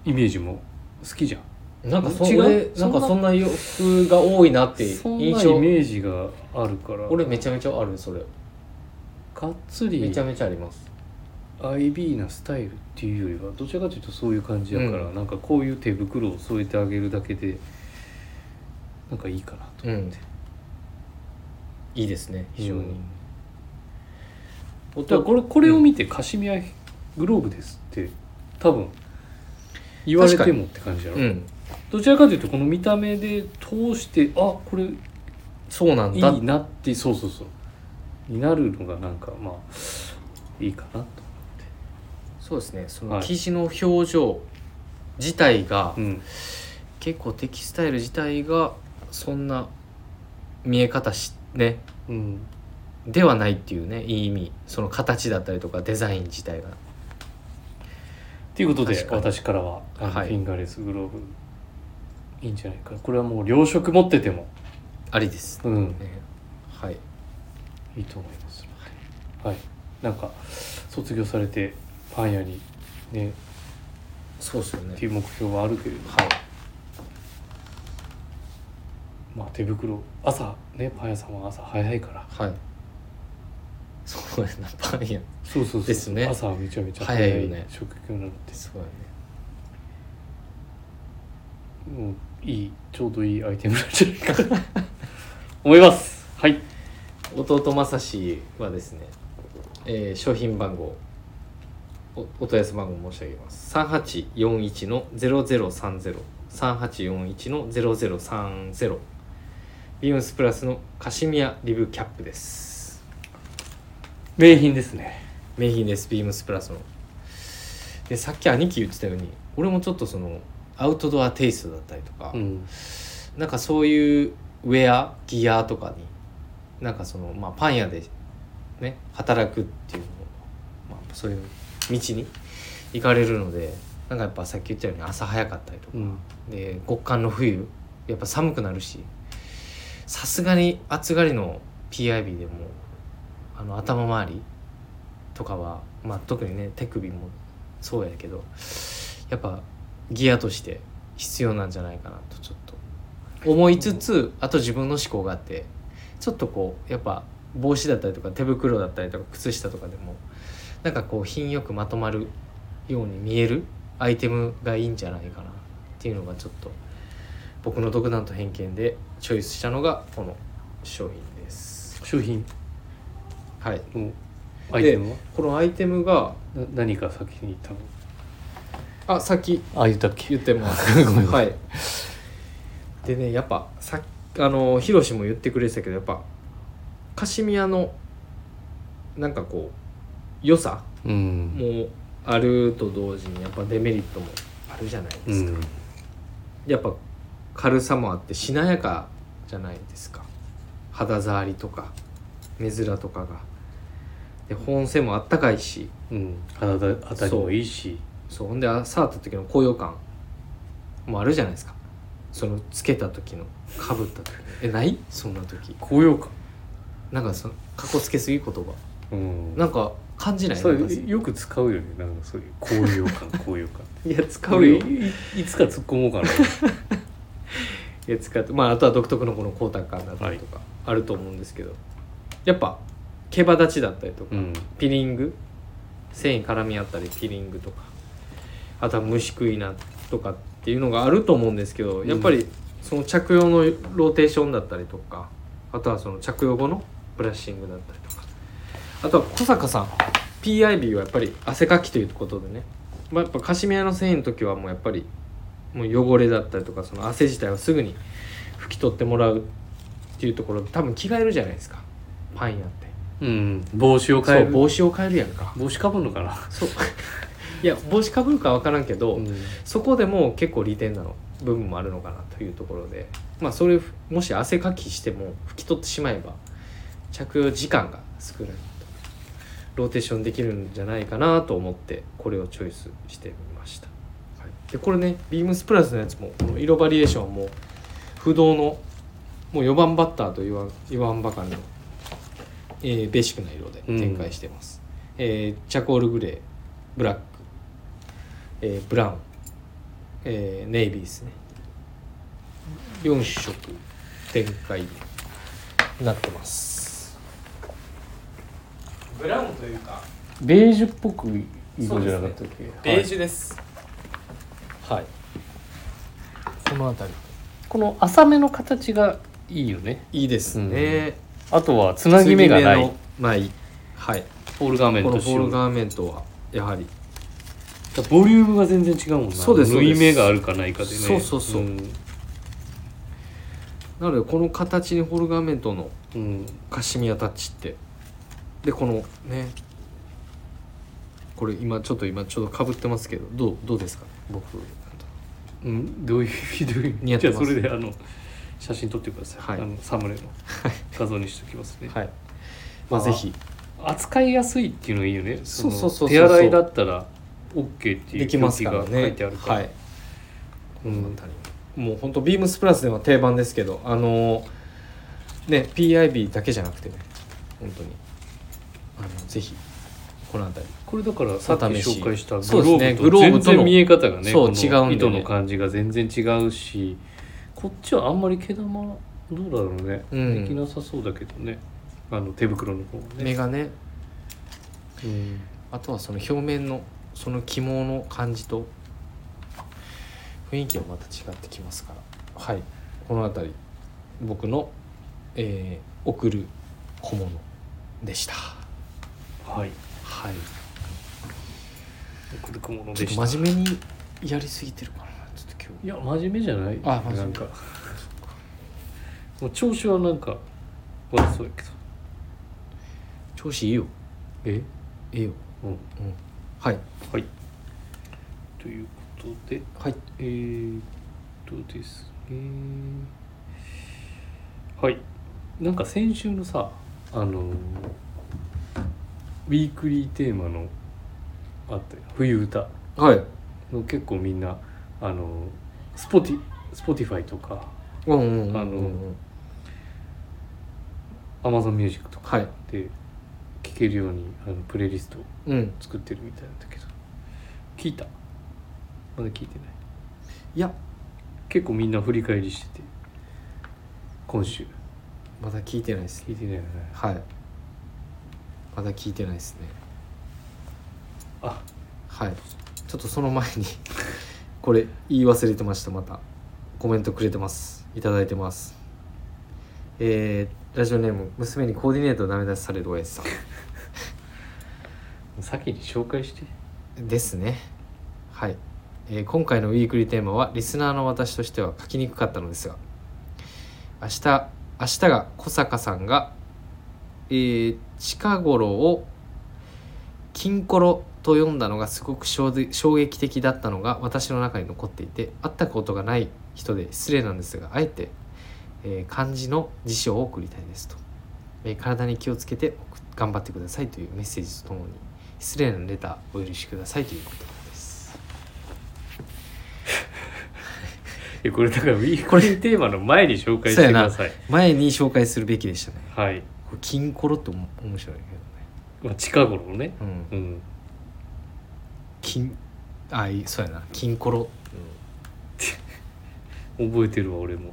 [SPEAKER 2] イメージも好きじゃん
[SPEAKER 1] なんかそ
[SPEAKER 2] 違う
[SPEAKER 1] 俺なんかそんな洋服が多いなって
[SPEAKER 2] そんなイ
[SPEAKER 1] 印
[SPEAKER 2] メ
[SPEAKER 1] 象
[SPEAKER 2] ージがあるから
[SPEAKER 1] 俺めちゃめちゃあるそれ
[SPEAKER 2] がっつり
[SPEAKER 1] めちゃめちゃあります
[SPEAKER 2] アイビーなスタイルっていうよりはどちらかというとそういう感じやから、
[SPEAKER 1] う
[SPEAKER 2] なんかこういう手袋を添えてあげるだけでなんかいいかなと
[SPEAKER 1] うんいいですね非
[SPEAKER 2] 非
[SPEAKER 1] 常
[SPEAKER 2] 常に、
[SPEAKER 1] に、
[SPEAKER 2] だからこれこれを見てカシミヤグローブですって多分言われてもって感じやろ、
[SPEAKER 1] うん
[SPEAKER 2] どちらかというとこの見た目で通してあこれい
[SPEAKER 1] そうなん
[SPEAKER 2] い
[SPEAKER 1] だ
[SPEAKER 2] なってそうそうそうになるのがなんかまあいいかなと、
[SPEAKER 1] そうですねその
[SPEAKER 2] はい
[SPEAKER 1] 生地の表情自体が、
[SPEAKER 2] うん、
[SPEAKER 1] 結構テキスタイル自体がそんな見え方しね
[SPEAKER 2] うん、
[SPEAKER 1] ではないっていうねいい意味その形だったりとかデザイン自体が
[SPEAKER 2] ということで
[SPEAKER 1] 確かに
[SPEAKER 2] 私からはあの
[SPEAKER 1] はい
[SPEAKER 2] フィンガーレスグローブいいんじゃないかこれはもう両色持ってても、
[SPEAKER 1] ありです、ね
[SPEAKER 2] うん、
[SPEAKER 1] はい
[SPEAKER 2] いいと思いますはい、なんか卒業されてパン屋にね
[SPEAKER 1] そうですよね
[SPEAKER 2] っていう目標はあるけれど、
[SPEAKER 1] はい
[SPEAKER 2] まあ、手袋朝ねパン屋さんは朝早いから
[SPEAKER 1] はいそうやなパン屋
[SPEAKER 2] そうそうそう
[SPEAKER 1] ですね
[SPEAKER 2] 朝はめちゃめちゃ
[SPEAKER 1] 早いよね
[SPEAKER 2] 職業なので、
[SPEAKER 1] そうやね
[SPEAKER 2] もういいちょうどいいアイテムなんじゃないかな 思いますはい
[SPEAKER 1] 弟正志はですね、えー商品番号おお問い合わせ番号申し上げます3841の00303841の0030ビームスプラスのカシミヤリブキャップです
[SPEAKER 2] 名品ですね
[SPEAKER 1] 名品ですビームスプラスのでさっき兄貴言ってたように俺もちょっとそのアウトドアテイストだったりとか、
[SPEAKER 2] うん
[SPEAKER 1] なんかそういうウェアギアとかになんかその、まあ、パン屋でね働くっていうのを、まあ、そういう道に行かれるのでなんかやっぱさっき言ったように朝早かったりとか
[SPEAKER 2] うん
[SPEAKER 1] で極寒の冬やっぱ寒くなるしさすがに暑がりの PIB でもあの頭周りとかは、まあ、特にね手首もそうやけどやっぱギアとして必要なんじゃないかなとちょっと思いつつあと自分の思考があってちょっとこうやっぱ帽子だったりとか手袋だったりとか靴下とかでもなんかこう品よくまとまるように見えるアイテムがいいんじゃないかなっていうのがちょっと僕の独断と偏見でチョイスしたのがこの商品です。
[SPEAKER 2] 商品
[SPEAKER 1] はい、
[SPEAKER 2] のアイテムは
[SPEAKER 1] このアイテムが
[SPEAKER 2] な何か先に多分
[SPEAKER 1] あさっき
[SPEAKER 2] あ言ったっけ
[SPEAKER 1] 言ってます
[SPEAKER 2] ごめんなさ
[SPEAKER 1] はいでねやっぱさっあのヒロシも言ってくれてたけどやっぱカシミヤのなんかこう良さ
[SPEAKER 2] うん
[SPEAKER 1] もあると同時にやっぱデメリットもあるじゃないですか、
[SPEAKER 2] うん
[SPEAKER 1] やっぱ軽さもあってしなやかじゃないですか肌触りとか目面とかがで本性もあったかいし
[SPEAKER 2] うん肌当たりもいいし
[SPEAKER 1] そうほんで朝会った時の高揚感もあるじゃないですかそのつけた時のかぶった時えないそんな時
[SPEAKER 2] 高揚感
[SPEAKER 1] なんかそのかっこつけすぎ言葉
[SPEAKER 2] うん
[SPEAKER 1] なんか感じない
[SPEAKER 2] そ
[SPEAKER 1] なんか
[SPEAKER 2] うよく使うよねなんかそういう高揚 感高揚感
[SPEAKER 1] いや使う
[SPEAKER 2] 俺
[SPEAKER 1] よ
[SPEAKER 2] いいつか突っ込もうかな
[SPEAKER 1] いや使ってまああとは独特のこの光沢感だったりとかあると思うんですけど、やっぱ毛羽立ちだったりとか、
[SPEAKER 2] うん
[SPEAKER 1] ピリング繊維絡み合ったりピリングとかあとは虫食いなとかっていうのがあると思うんですけど
[SPEAKER 2] ん
[SPEAKER 1] やっぱりその着用のローテーションだったりとかあとはその着用後のブラッシングだったりとかあとは小坂さん PIB はやっぱり汗かきということでね、まあ、やっぱカシミヤの繊維の時はもうやっぱりもう汚れだったりとかその汗自体をすぐに拭き取ってもらうっていうところ多分着替えるじゃないですかパン屋って
[SPEAKER 2] うん帽子を変え
[SPEAKER 1] そう
[SPEAKER 2] る
[SPEAKER 1] 帽子を変えるやんか
[SPEAKER 2] 帽子かぶるのかな
[SPEAKER 1] そう いや帽子かぶるか分からんけど、
[SPEAKER 2] うん
[SPEAKER 1] そこでも結構利点なの部分もあるのかなというところでまあそれもし汗かきしても拭き取ってしまえば着用時間が少ないとローテーションできるんじゃないかなと思ってこれをチョイスしてみました、はい、でこれねビームスプラスのやつもこの色バリエーションも不動のもう4番バッターと言わん言わんばかりの、えーベーシックな色で展開してます、えーチャコールグレーブラック、えーブラウン、えーネイビーですね4色展開になってますブラウンというか
[SPEAKER 2] ベージュっぽく色じゃなかったっけ、はい
[SPEAKER 1] ュですはい、この辺
[SPEAKER 2] この浅めの形がいいよね
[SPEAKER 1] りいいですね、
[SPEAKER 2] あとはつなぎ目がな
[SPEAKER 1] 継ぎ
[SPEAKER 2] い
[SPEAKER 1] 目のないはい
[SPEAKER 2] ポール画面
[SPEAKER 1] この
[SPEAKER 2] と
[SPEAKER 1] フ
[SPEAKER 2] し
[SPEAKER 1] ォー
[SPEAKER 2] よ
[SPEAKER 1] ル
[SPEAKER 2] う
[SPEAKER 1] ガーメントはやはり
[SPEAKER 2] ボリュームが全然違うもんな
[SPEAKER 1] そうです
[SPEAKER 2] 縫い目があるかないかでね
[SPEAKER 1] そうそうそうんなのでこの形にフォールガーメントの
[SPEAKER 2] うん
[SPEAKER 1] カシミヤタッチってでこのねこれ今ちょっと今ちょうどかぶってますけどどうどうですかね僕
[SPEAKER 2] うん、どういう意味どういう意味
[SPEAKER 1] 似合ってます
[SPEAKER 2] じゃあそれであの写真撮ってくださ
[SPEAKER 1] は
[SPEAKER 2] い、
[SPEAKER 1] い
[SPEAKER 2] あのサムネの画像にしておきますね、
[SPEAKER 1] はいまあぜひ
[SPEAKER 2] 扱いやすいっていうのがいいよね
[SPEAKER 1] そう
[SPEAKER 2] の
[SPEAKER 1] そうそうそう
[SPEAKER 2] 手洗いだったら OK っていう
[SPEAKER 1] できますから
[SPEAKER 2] 表記が書い
[SPEAKER 1] ね
[SPEAKER 2] てあるから、
[SPEAKER 1] はいこの辺りもう本当ビームスプラスでは定番ですけどあのーね PIB だけじゃなくてね本当にあのぜひこの辺り
[SPEAKER 2] これだからさっき
[SPEAKER 1] お試し
[SPEAKER 2] 紹介した
[SPEAKER 1] そうですね
[SPEAKER 2] グロー
[SPEAKER 1] グロー
[SPEAKER 2] ブと
[SPEAKER 1] ブとの
[SPEAKER 2] 全然見え方がね
[SPEAKER 1] そう
[SPEAKER 2] この
[SPEAKER 1] 違うんだよね
[SPEAKER 2] 糸の感じが全然違うしこっちはあんまり毛玉どうだろうね、
[SPEAKER 1] うん
[SPEAKER 2] できなさそうだけどねあの手袋の方は
[SPEAKER 1] 目
[SPEAKER 2] ね、
[SPEAKER 1] がね
[SPEAKER 2] うん
[SPEAKER 1] あとはその表面のその起毛の感じと雰囲気はまた違ってきますからはいこの辺り僕の、えー送る小物でした
[SPEAKER 2] はい
[SPEAKER 1] はい
[SPEAKER 2] 送るもの
[SPEAKER 1] ちょっ
[SPEAKER 2] でし
[SPEAKER 1] と
[SPEAKER 2] た
[SPEAKER 1] 真面目にやりすぎてるかなちょっと今
[SPEAKER 2] いや真面目じゃない
[SPEAKER 1] あ真面目
[SPEAKER 2] なんかもう調子はなんか悪そうやけど
[SPEAKER 1] 日調子いいよ
[SPEAKER 2] え
[SPEAKER 1] ええよ
[SPEAKER 2] うん
[SPEAKER 1] はい
[SPEAKER 2] はいということで
[SPEAKER 1] はい
[SPEAKER 2] えー、っとですねはいなんか先週のさあのーウィークリーテーマのあったよ冬歌
[SPEAKER 1] はい
[SPEAKER 2] の結構みんなあのースポティスポティファイとか
[SPEAKER 1] うんうんうんうん
[SPEAKER 2] あの Amazon Music とか
[SPEAKER 1] はい
[SPEAKER 2] で聴けるようにあのプレイリストを
[SPEAKER 1] うん
[SPEAKER 2] 作ってるみたいなんだけど聞いたまだ聞いてない
[SPEAKER 1] いや
[SPEAKER 2] 結構みんな振り返りしてて今週
[SPEAKER 1] まだ聞いてないですね
[SPEAKER 2] 聞いてないよね
[SPEAKER 1] はいまだ聞いてないですね
[SPEAKER 2] あ
[SPEAKER 1] はいちょっとその前に これ言い忘れてましたまたコメントくれてますいただいてますえー、ラジオネーム娘にコーディネートダメ出しされる親父さ
[SPEAKER 2] 先に紹介して
[SPEAKER 1] んですねはい、えー今回のウィークリーテーマはリスナーの私としては書きにくかったのですが明日明日が小坂さんが、えー近頃を「金コロ」と読んだのがすごく衝撃衝撃的だったのが私の中に残っていて会ったことがない人で失礼なんですがあえて、えー漢字の辞書を送りたいですと、えー体に気をつけて送っ頑張ってくださいというメッセージとともに失礼なレターお許しくださいということです
[SPEAKER 2] えこれだからウィークリーテーマの前に紹介してください
[SPEAKER 1] 前に紹介するべきでしたね
[SPEAKER 2] はい、
[SPEAKER 1] これ金コロっておも面白いけ
[SPEAKER 2] まあ、近頃ね
[SPEAKER 1] どね、う、
[SPEAKER 2] うんん
[SPEAKER 1] 金あいいそうやな金コロ、
[SPEAKER 2] 覚えてるわ俺も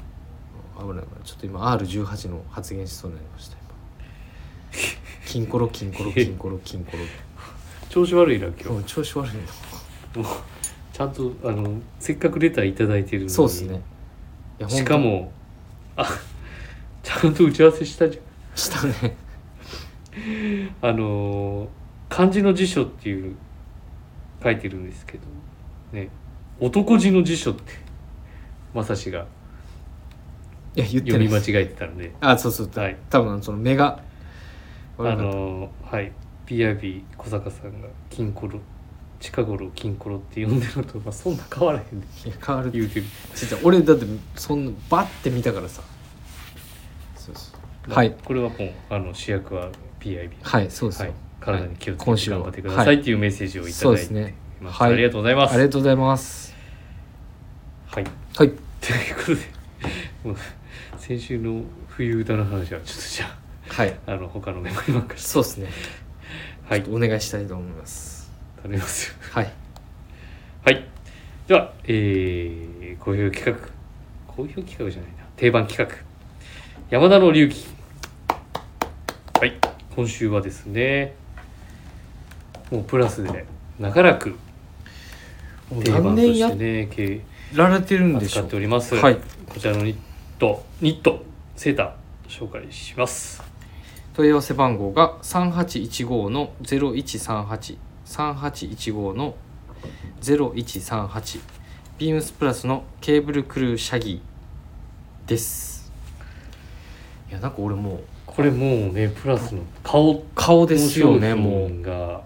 [SPEAKER 1] 危ない危ないちょっと今 R18 の発言しそうになりました今金コロ金コロ金コロ金コロ
[SPEAKER 2] 調子悪いな今日
[SPEAKER 1] 今日調子悪い
[SPEAKER 2] もうちゃんとあのせっかくレター頂いただいてる
[SPEAKER 1] な
[SPEAKER 2] のに
[SPEAKER 1] そうですねいや
[SPEAKER 2] しかもあちゃんと打ち合わせしたじゃん
[SPEAKER 1] 本当したね
[SPEAKER 2] あのー漢字の辞書っていう書いてるんですけどね男字の辞書ってまさしが
[SPEAKER 1] いや言って
[SPEAKER 2] 読
[SPEAKER 1] な
[SPEAKER 2] み
[SPEAKER 1] い
[SPEAKER 2] 間違えてたので
[SPEAKER 1] あそうそう、
[SPEAKER 2] はい
[SPEAKER 1] 多分その目が
[SPEAKER 2] あ
[SPEAKER 1] 悪かった
[SPEAKER 2] のーはい PIB 小坂さんが「金コロ」近頃「金コロ」って呼んでるのと、まあ、そんな変わらへんで
[SPEAKER 1] いや変わる
[SPEAKER 2] 言うてる
[SPEAKER 1] ちっちゃい俺だってそんなバッて見たからさそうそうはい
[SPEAKER 2] これはもうあの主役は PIB
[SPEAKER 1] はいそうです
[SPEAKER 2] は
[SPEAKER 1] よ、
[SPEAKER 2] い、体に気をつ
[SPEAKER 1] 今
[SPEAKER 2] けて
[SPEAKER 1] 週は
[SPEAKER 2] 頑張ってくださいっていうメッセージをいただい
[SPEAKER 1] そうですね
[SPEAKER 2] ています。
[SPEAKER 1] はい
[SPEAKER 2] ありがとうございま
[SPEAKER 1] あ
[SPEAKER 2] す。
[SPEAKER 1] りがとうございます
[SPEAKER 2] はい、
[SPEAKER 1] はい
[SPEAKER 2] ということで、もう先週の冬歌の話はちょっとじゃ
[SPEAKER 1] はい
[SPEAKER 2] あ、あの他のメモに任せて、
[SPEAKER 1] そうですね
[SPEAKER 2] はい、
[SPEAKER 1] お願いしたいと思います
[SPEAKER 2] 頼みますよ。
[SPEAKER 1] はい
[SPEAKER 2] はい、では、えー、好評企画、好評企画じゃないな、定番企画、山田の隆起。はい、今週はですね、もうプラスで長らく
[SPEAKER 1] もう
[SPEAKER 2] 定番
[SPEAKER 1] 何
[SPEAKER 2] と
[SPEAKER 1] 年
[SPEAKER 2] し
[SPEAKER 1] や
[SPEAKER 2] てね、経営
[SPEAKER 1] られてるんでし
[SPEAKER 2] 使
[SPEAKER 1] ょ
[SPEAKER 2] っております、
[SPEAKER 1] はい
[SPEAKER 2] こちらのニットニットセーター紹介します
[SPEAKER 1] 問い合わせ番号が3815の01383815の0138ビームスプラスのケーブルクルーシャギーですいやなんか俺もう
[SPEAKER 2] これもうねプラスの顔
[SPEAKER 1] 顔
[SPEAKER 2] で
[SPEAKER 1] ですよねもう
[SPEAKER 2] が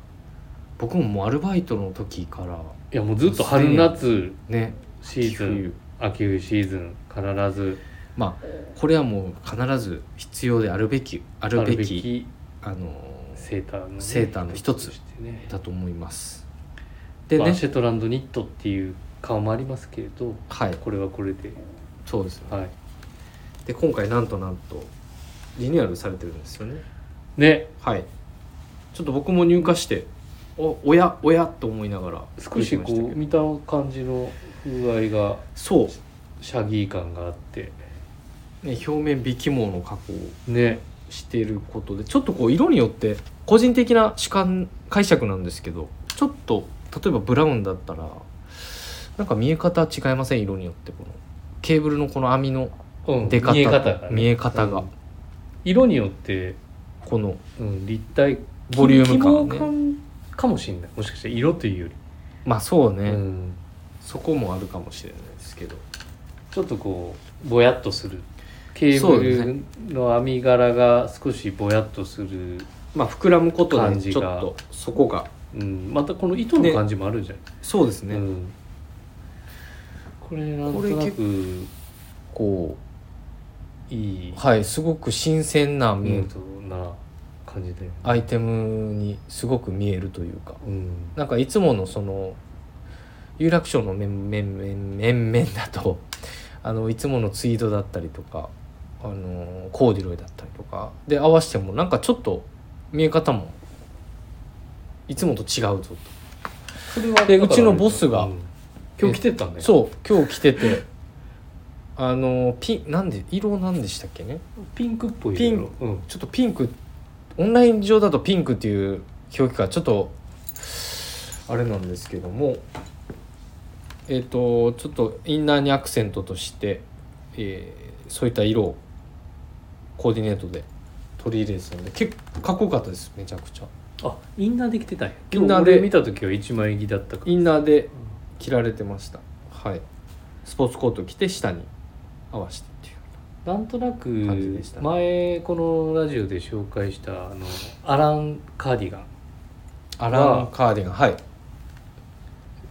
[SPEAKER 1] 僕ももうアルバイトの時から
[SPEAKER 2] いやもうずっと春夏
[SPEAKER 1] ね
[SPEAKER 2] シーズン
[SPEAKER 1] 冬
[SPEAKER 2] 秋冬シーズン必ず
[SPEAKER 1] まあこれはもう必ず必要であるべきあ
[SPEAKER 2] あ
[SPEAKER 1] るべきあのー
[SPEAKER 2] セーターのね、
[SPEAKER 1] セーターの一つ
[SPEAKER 2] としてね
[SPEAKER 1] だと思いますで
[SPEAKER 2] まあ
[SPEAKER 1] ね
[SPEAKER 2] シェトランドニットっていう顔もありますけれど
[SPEAKER 1] はい
[SPEAKER 2] これはこれで
[SPEAKER 1] そうですよ
[SPEAKER 2] はい
[SPEAKER 1] で今回なんとなんとリニューアルされてるんですよね
[SPEAKER 2] ね
[SPEAKER 1] はいちょっと僕も入荷しておおやおやと思いながら
[SPEAKER 2] 少しこう
[SPEAKER 1] 見てまたけど
[SPEAKER 2] 見た感じの風合いが
[SPEAKER 1] そ
[SPEAKER 2] シャギー感があって
[SPEAKER 1] う、ね、表面微起毛の加工を
[SPEAKER 2] ね
[SPEAKER 1] してることでちょっとこう色によって個人的な主観解釈なんですけどちょっと例えばブラウンだったらなんか見え方違いません色によってこのケーブルのこの網の
[SPEAKER 2] うん
[SPEAKER 1] 出方
[SPEAKER 2] 見え方がね、
[SPEAKER 1] 見え方が
[SPEAKER 2] うん色によって、
[SPEAKER 1] この
[SPEAKER 2] うん、立体
[SPEAKER 1] ボリューム感ね
[SPEAKER 2] 希望感かもしれないもしかして色というより、
[SPEAKER 1] まあそうね、
[SPEAKER 2] うん、
[SPEAKER 1] そこもあるかもしれないですけど
[SPEAKER 2] ちょっとこうぼやっとするケー
[SPEAKER 1] そ
[SPEAKER 2] ブ
[SPEAKER 1] うですね
[SPEAKER 2] ルの編み柄が少しぼやっとする、
[SPEAKER 1] まあ膨らむこと
[SPEAKER 2] 感
[SPEAKER 1] で
[SPEAKER 2] じ
[SPEAKER 1] ちょ
[SPEAKER 2] が
[SPEAKER 1] っとそこが
[SPEAKER 2] うん、またこの糸の感じもあるんじゃ
[SPEAKER 1] そうですね、
[SPEAKER 2] ない、うん、これなんとなく
[SPEAKER 1] こ
[SPEAKER 2] いいう
[SPEAKER 1] はいすごく新鮮な見え
[SPEAKER 2] 見
[SPEAKER 1] る
[SPEAKER 2] 事な感じだよね、
[SPEAKER 1] アイテムにすごく見えるというか
[SPEAKER 2] うん、
[SPEAKER 1] なんかいつものその有楽町の 面々面々だとあのいつものツイードだったりとかああのコーディロイだったりとかで合わせてもなんかちょっと見え方もいつもと違うぞと
[SPEAKER 2] それは
[SPEAKER 1] でうちのボスが
[SPEAKER 2] うん今日来てたね
[SPEAKER 1] そう今日着ててあのピンなんで色なんでしたっけね
[SPEAKER 2] ピンクっぽい
[SPEAKER 1] ピン
[SPEAKER 2] 色うん
[SPEAKER 1] ちょっとピンクオンライン上だとピンクっていう表記がちょっとあれなんですけどもえっ、とちょっとインナーにアクセントとして、えーそういった色をコーディネートで取り入れてたので結構かっこよかったですめちゃくちゃ
[SPEAKER 2] あインナーで来てたんや
[SPEAKER 1] イ
[SPEAKER 2] 今
[SPEAKER 1] ン
[SPEAKER 2] 日
[SPEAKER 1] ナーで
[SPEAKER 2] 俺見た時は一枚着だったから
[SPEAKER 1] インナーで着られてましたはいスポーツコート着て下に合わせてっていう
[SPEAKER 2] なんとなく
[SPEAKER 1] 感じでしたね
[SPEAKER 2] 前このラジオで紹介したあのアランカーディガン
[SPEAKER 1] アランカーディガンはい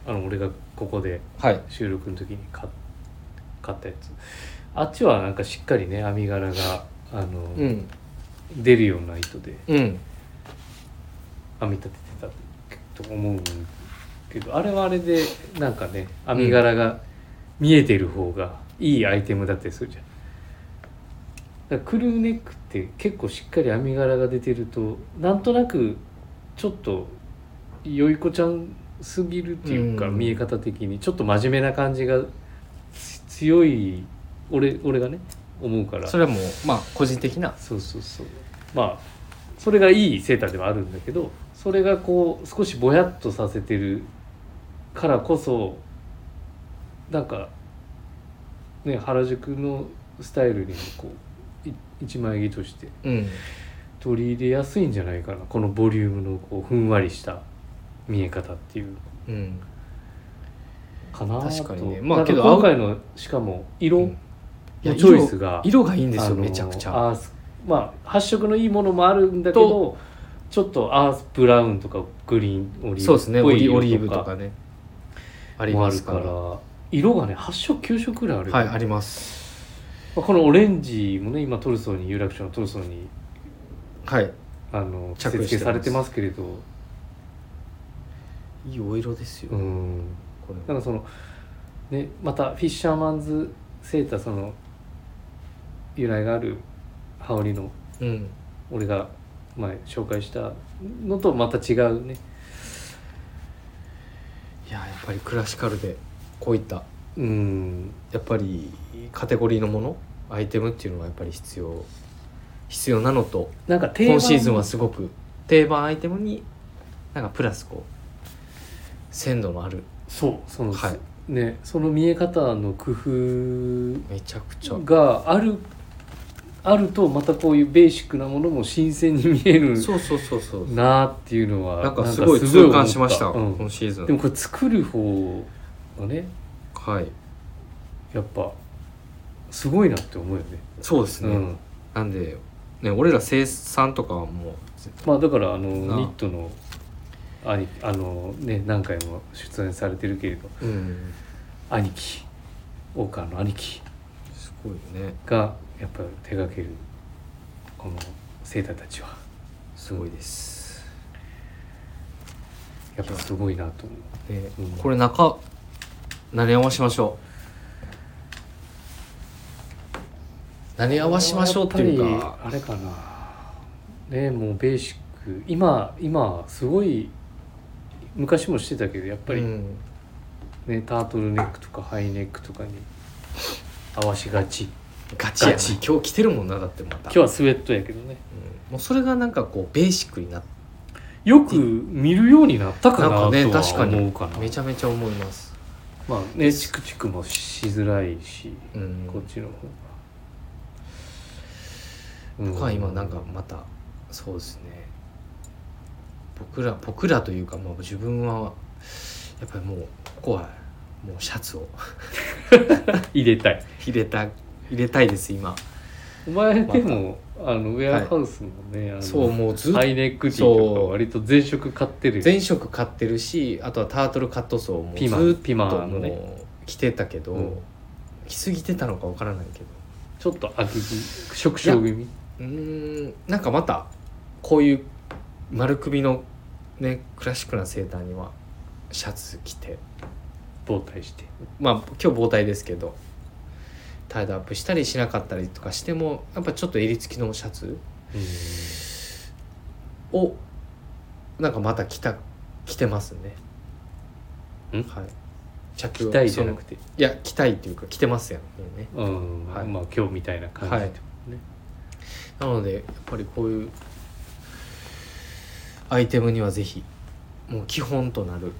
[SPEAKER 2] あの俺がここで
[SPEAKER 1] はい
[SPEAKER 2] 収録の時に買っ買ったやつあっちはなんかしっかりね編み柄があの、
[SPEAKER 1] うん
[SPEAKER 2] 出るような糸で
[SPEAKER 1] うん
[SPEAKER 2] 編み立ててたと思うけどあれはあれでなんかね編み柄が見えてる方がいいアイテムだったりするじゃん。だからクルーネックって結構しっかり編み柄が出てるとなんとなくちょっとよい子ちゃんすぎるっていうか、
[SPEAKER 1] うん
[SPEAKER 2] 見え方的にちょっと真面目な感じがつ強い俺俺がね思うから
[SPEAKER 1] それはもうまあ個人的な
[SPEAKER 2] そうそうそうまあそれがいいセーターではあるんだけどそれがこう少しぼやっとさせてるからこそなんかね原宿のスタイルにもこうい一枚着として
[SPEAKER 1] うん
[SPEAKER 2] 取り入れやすいんじゃないかなこのボリュームのこうふんわりした見え方っていう
[SPEAKER 1] うん
[SPEAKER 2] かなと
[SPEAKER 1] 確かにねまあ
[SPEAKER 2] なんか
[SPEAKER 1] けど
[SPEAKER 2] 今回のしかも色
[SPEAKER 1] うんいや
[SPEAKER 2] のチョイスが
[SPEAKER 1] 色がいいんですよ、
[SPEAKER 2] あのー
[SPEAKER 1] めちゃくちゃ
[SPEAKER 2] アースまあ発色のいいものもあるんだけどちょっとアースブラウンとかグリーンオリー
[SPEAKER 1] そう
[SPEAKER 2] ブ
[SPEAKER 1] ですね
[SPEAKER 2] っ
[SPEAKER 1] オ
[SPEAKER 2] ぽい
[SPEAKER 1] リオリー
[SPEAKER 2] 色
[SPEAKER 1] ブ
[SPEAKER 2] と
[SPEAKER 1] と
[SPEAKER 2] か
[SPEAKER 1] かねあり
[SPEAKER 2] もあ
[SPEAKER 1] ま
[SPEAKER 2] る
[SPEAKER 1] すか
[SPEAKER 2] から
[SPEAKER 1] ら
[SPEAKER 2] 色がね8色9色ぐらいあるよね、
[SPEAKER 1] はいあります
[SPEAKER 2] まあこのオレンジもね今トルソーに有楽町のトルソーに
[SPEAKER 1] はい
[SPEAKER 2] あの
[SPEAKER 1] 着
[SPEAKER 2] 着
[SPEAKER 1] 用してます
[SPEAKER 2] 付けされてますけれど
[SPEAKER 1] いいお色ですよ、
[SPEAKER 2] うん
[SPEAKER 1] これ
[SPEAKER 2] なんかそのねまたフィッシャーマンズセーターその由来がある羽織の
[SPEAKER 1] うん
[SPEAKER 2] 俺が前紹介したのとまた違うね
[SPEAKER 1] いややっぱりクラシカルでこういった
[SPEAKER 2] うん
[SPEAKER 1] やっぱりカテゴリーのものアイテムっていうのはやっぱり必要必要なのと
[SPEAKER 2] なんか定番
[SPEAKER 1] 今シーズンはすごく定番アイテムになんかプラスこう鮮度のある
[SPEAKER 2] そうその、
[SPEAKER 1] はい
[SPEAKER 2] ねその見え方の工夫
[SPEAKER 1] めちゃくちゃ
[SPEAKER 2] があるあるとまたこういうベーシックなものも新鮮に見える
[SPEAKER 1] そうそうそうそう
[SPEAKER 2] なあっていうのは
[SPEAKER 1] なんかすごい
[SPEAKER 2] なんか
[SPEAKER 1] 痛
[SPEAKER 2] 思った
[SPEAKER 1] 感しました、
[SPEAKER 2] うん
[SPEAKER 1] 今シーズ
[SPEAKER 2] で
[SPEAKER 1] ン
[SPEAKER 2] もこれ作る方がね
[SPEAKER 1] はい
[SPEAKER 2] やっぱすごいなって思うよね
[SPEAKER 1] そうです
[SPEAKER 2] う
[SPEAKER 1] ね、
[SPEAKER 2] ん、
[SPEAKER 1] なんで、ね、俺ら生産とかはもう
[SPEAKER 2] まあだからあのニ
[SPEAKER 1] なあ
[SPEAKER 2] ットの兄あのね何回も出演されてるけれど
[SPEAKER 1] うん
[SPEAKER 2] 兄貴大川の兄貴
[SPEAKER 1] すごいよね
[SPEAKER 2] がやっぱ手掛けるこの生徒たちは
[SPEAKER 1] すごいです、
[SPEAKER 2] やっぱすごいなと思う
[SPEAKER 1] で
[SPEAKER 2] うん
[SPEAKER 1] これ中何合わしましょう何合わしましょうっていう
[SPEAKER 2] やっぱ
[SPEAKER 1] か
[SPEAKER 2] りあれかなねもうベーシック今今すごい昔もしてたけどやっぱり
[SPEAKER 1] う
[SPEAKER 2] ね、
[SPEAKER 1] ん
[SPEAKER 2] タートルネックとかハイネックとかに合わしがち
[SPEAKER 1] ガチやな
[SPEAKER 2] ガチ
[SPEAKER 1] 今日着てるもんなだってまた
[SPEAKER 2] 今日はスウェットやけどね
[SPEAKER 1] うんもうそれがなんかこうベーシックになっ
[SPEAKER 2] よく見るようになったか
[SPEAKER 1] な
[SPEAKER 2] な
[SPEAKER 1] ん
[SPEAKER 2] と
[SPEAKER 1] か
[SPEAKER 2] は
[SPEAKER 1] ね確かに
[SPEAKER 2] 思うかな
[SPEAKER 1] めちゃめちゃ思います、
[SPEAKER 2] まあねチクチクもしづらいし、
[SPEAKER 1] うん、
[SPEAKER 2] こっちの方が。うん
[SPEAKER 1] 僕は今なんかまたそうですね僕ら僕らというかまあ自分はやっぱりもうここはもうシャツを
[SPEAKER 2] 入れたい
[SPEAKER 1] 入れた入れたいです今
[SPEAKER 2] お前でも、あのウェアハウスもね、あの
[SPEAKER 1] そうもうずっと
[SPEAKER 2] ハイネックティーとか
[SPEAKER 1] そう
[SPEAKER 2] 割と全色買ってるよ
[SPEAKER 1] 全色買ってるしあとはタートルカットソーも
[SPEAKER 2] ピーマン
[SPEAKER 1] ず
[SPEAKER 2] ピー
[SPEAKER 1] っ
[SPEAKER 2] マ
[SPEAKER 1] と
[SPEAKER 2] ンのね
[SPEAKER 1] もう着てたけど、
[SPEAKER 2] うん
[SPEAKER 1] 着すぎてたのかわからないけど
[SPEAKER 2] ちょっと秋着食傷気味
[SPEAKER 1] うーんなんかまたこういう丸首のねクラシックなセーターにはシャツ着て
[SPEAKER 2] 防体して
[SPEAKER 1] まあ今日膨体ですけどタイドアップしたりしなかったりとかしてもやっぱちょっと襟付きのシャツをなんかまた着た着てますね。
[SPEAKER 2] ん
[SPEAKER 1] はい、着
[SPEAKER 2] 期
[SPEAKER 1] 用
[SPEAKER 2] 待じゃなく
[SPEAKER 1] そ
[SPEAKER 2] て
[SPEAKER 1] のいや着たいっていうか着てますやんね。
[SPEAKER 2] うん、
[SPEAKER 1] はい
[SPEAKER 2] まあ今日みたいな感じ
[SPEAKER 1] はい
[SPEAKER 2] ね
[SPEAKER 1] なのでやっぱりこういうアイテムにはぜひもう基本となる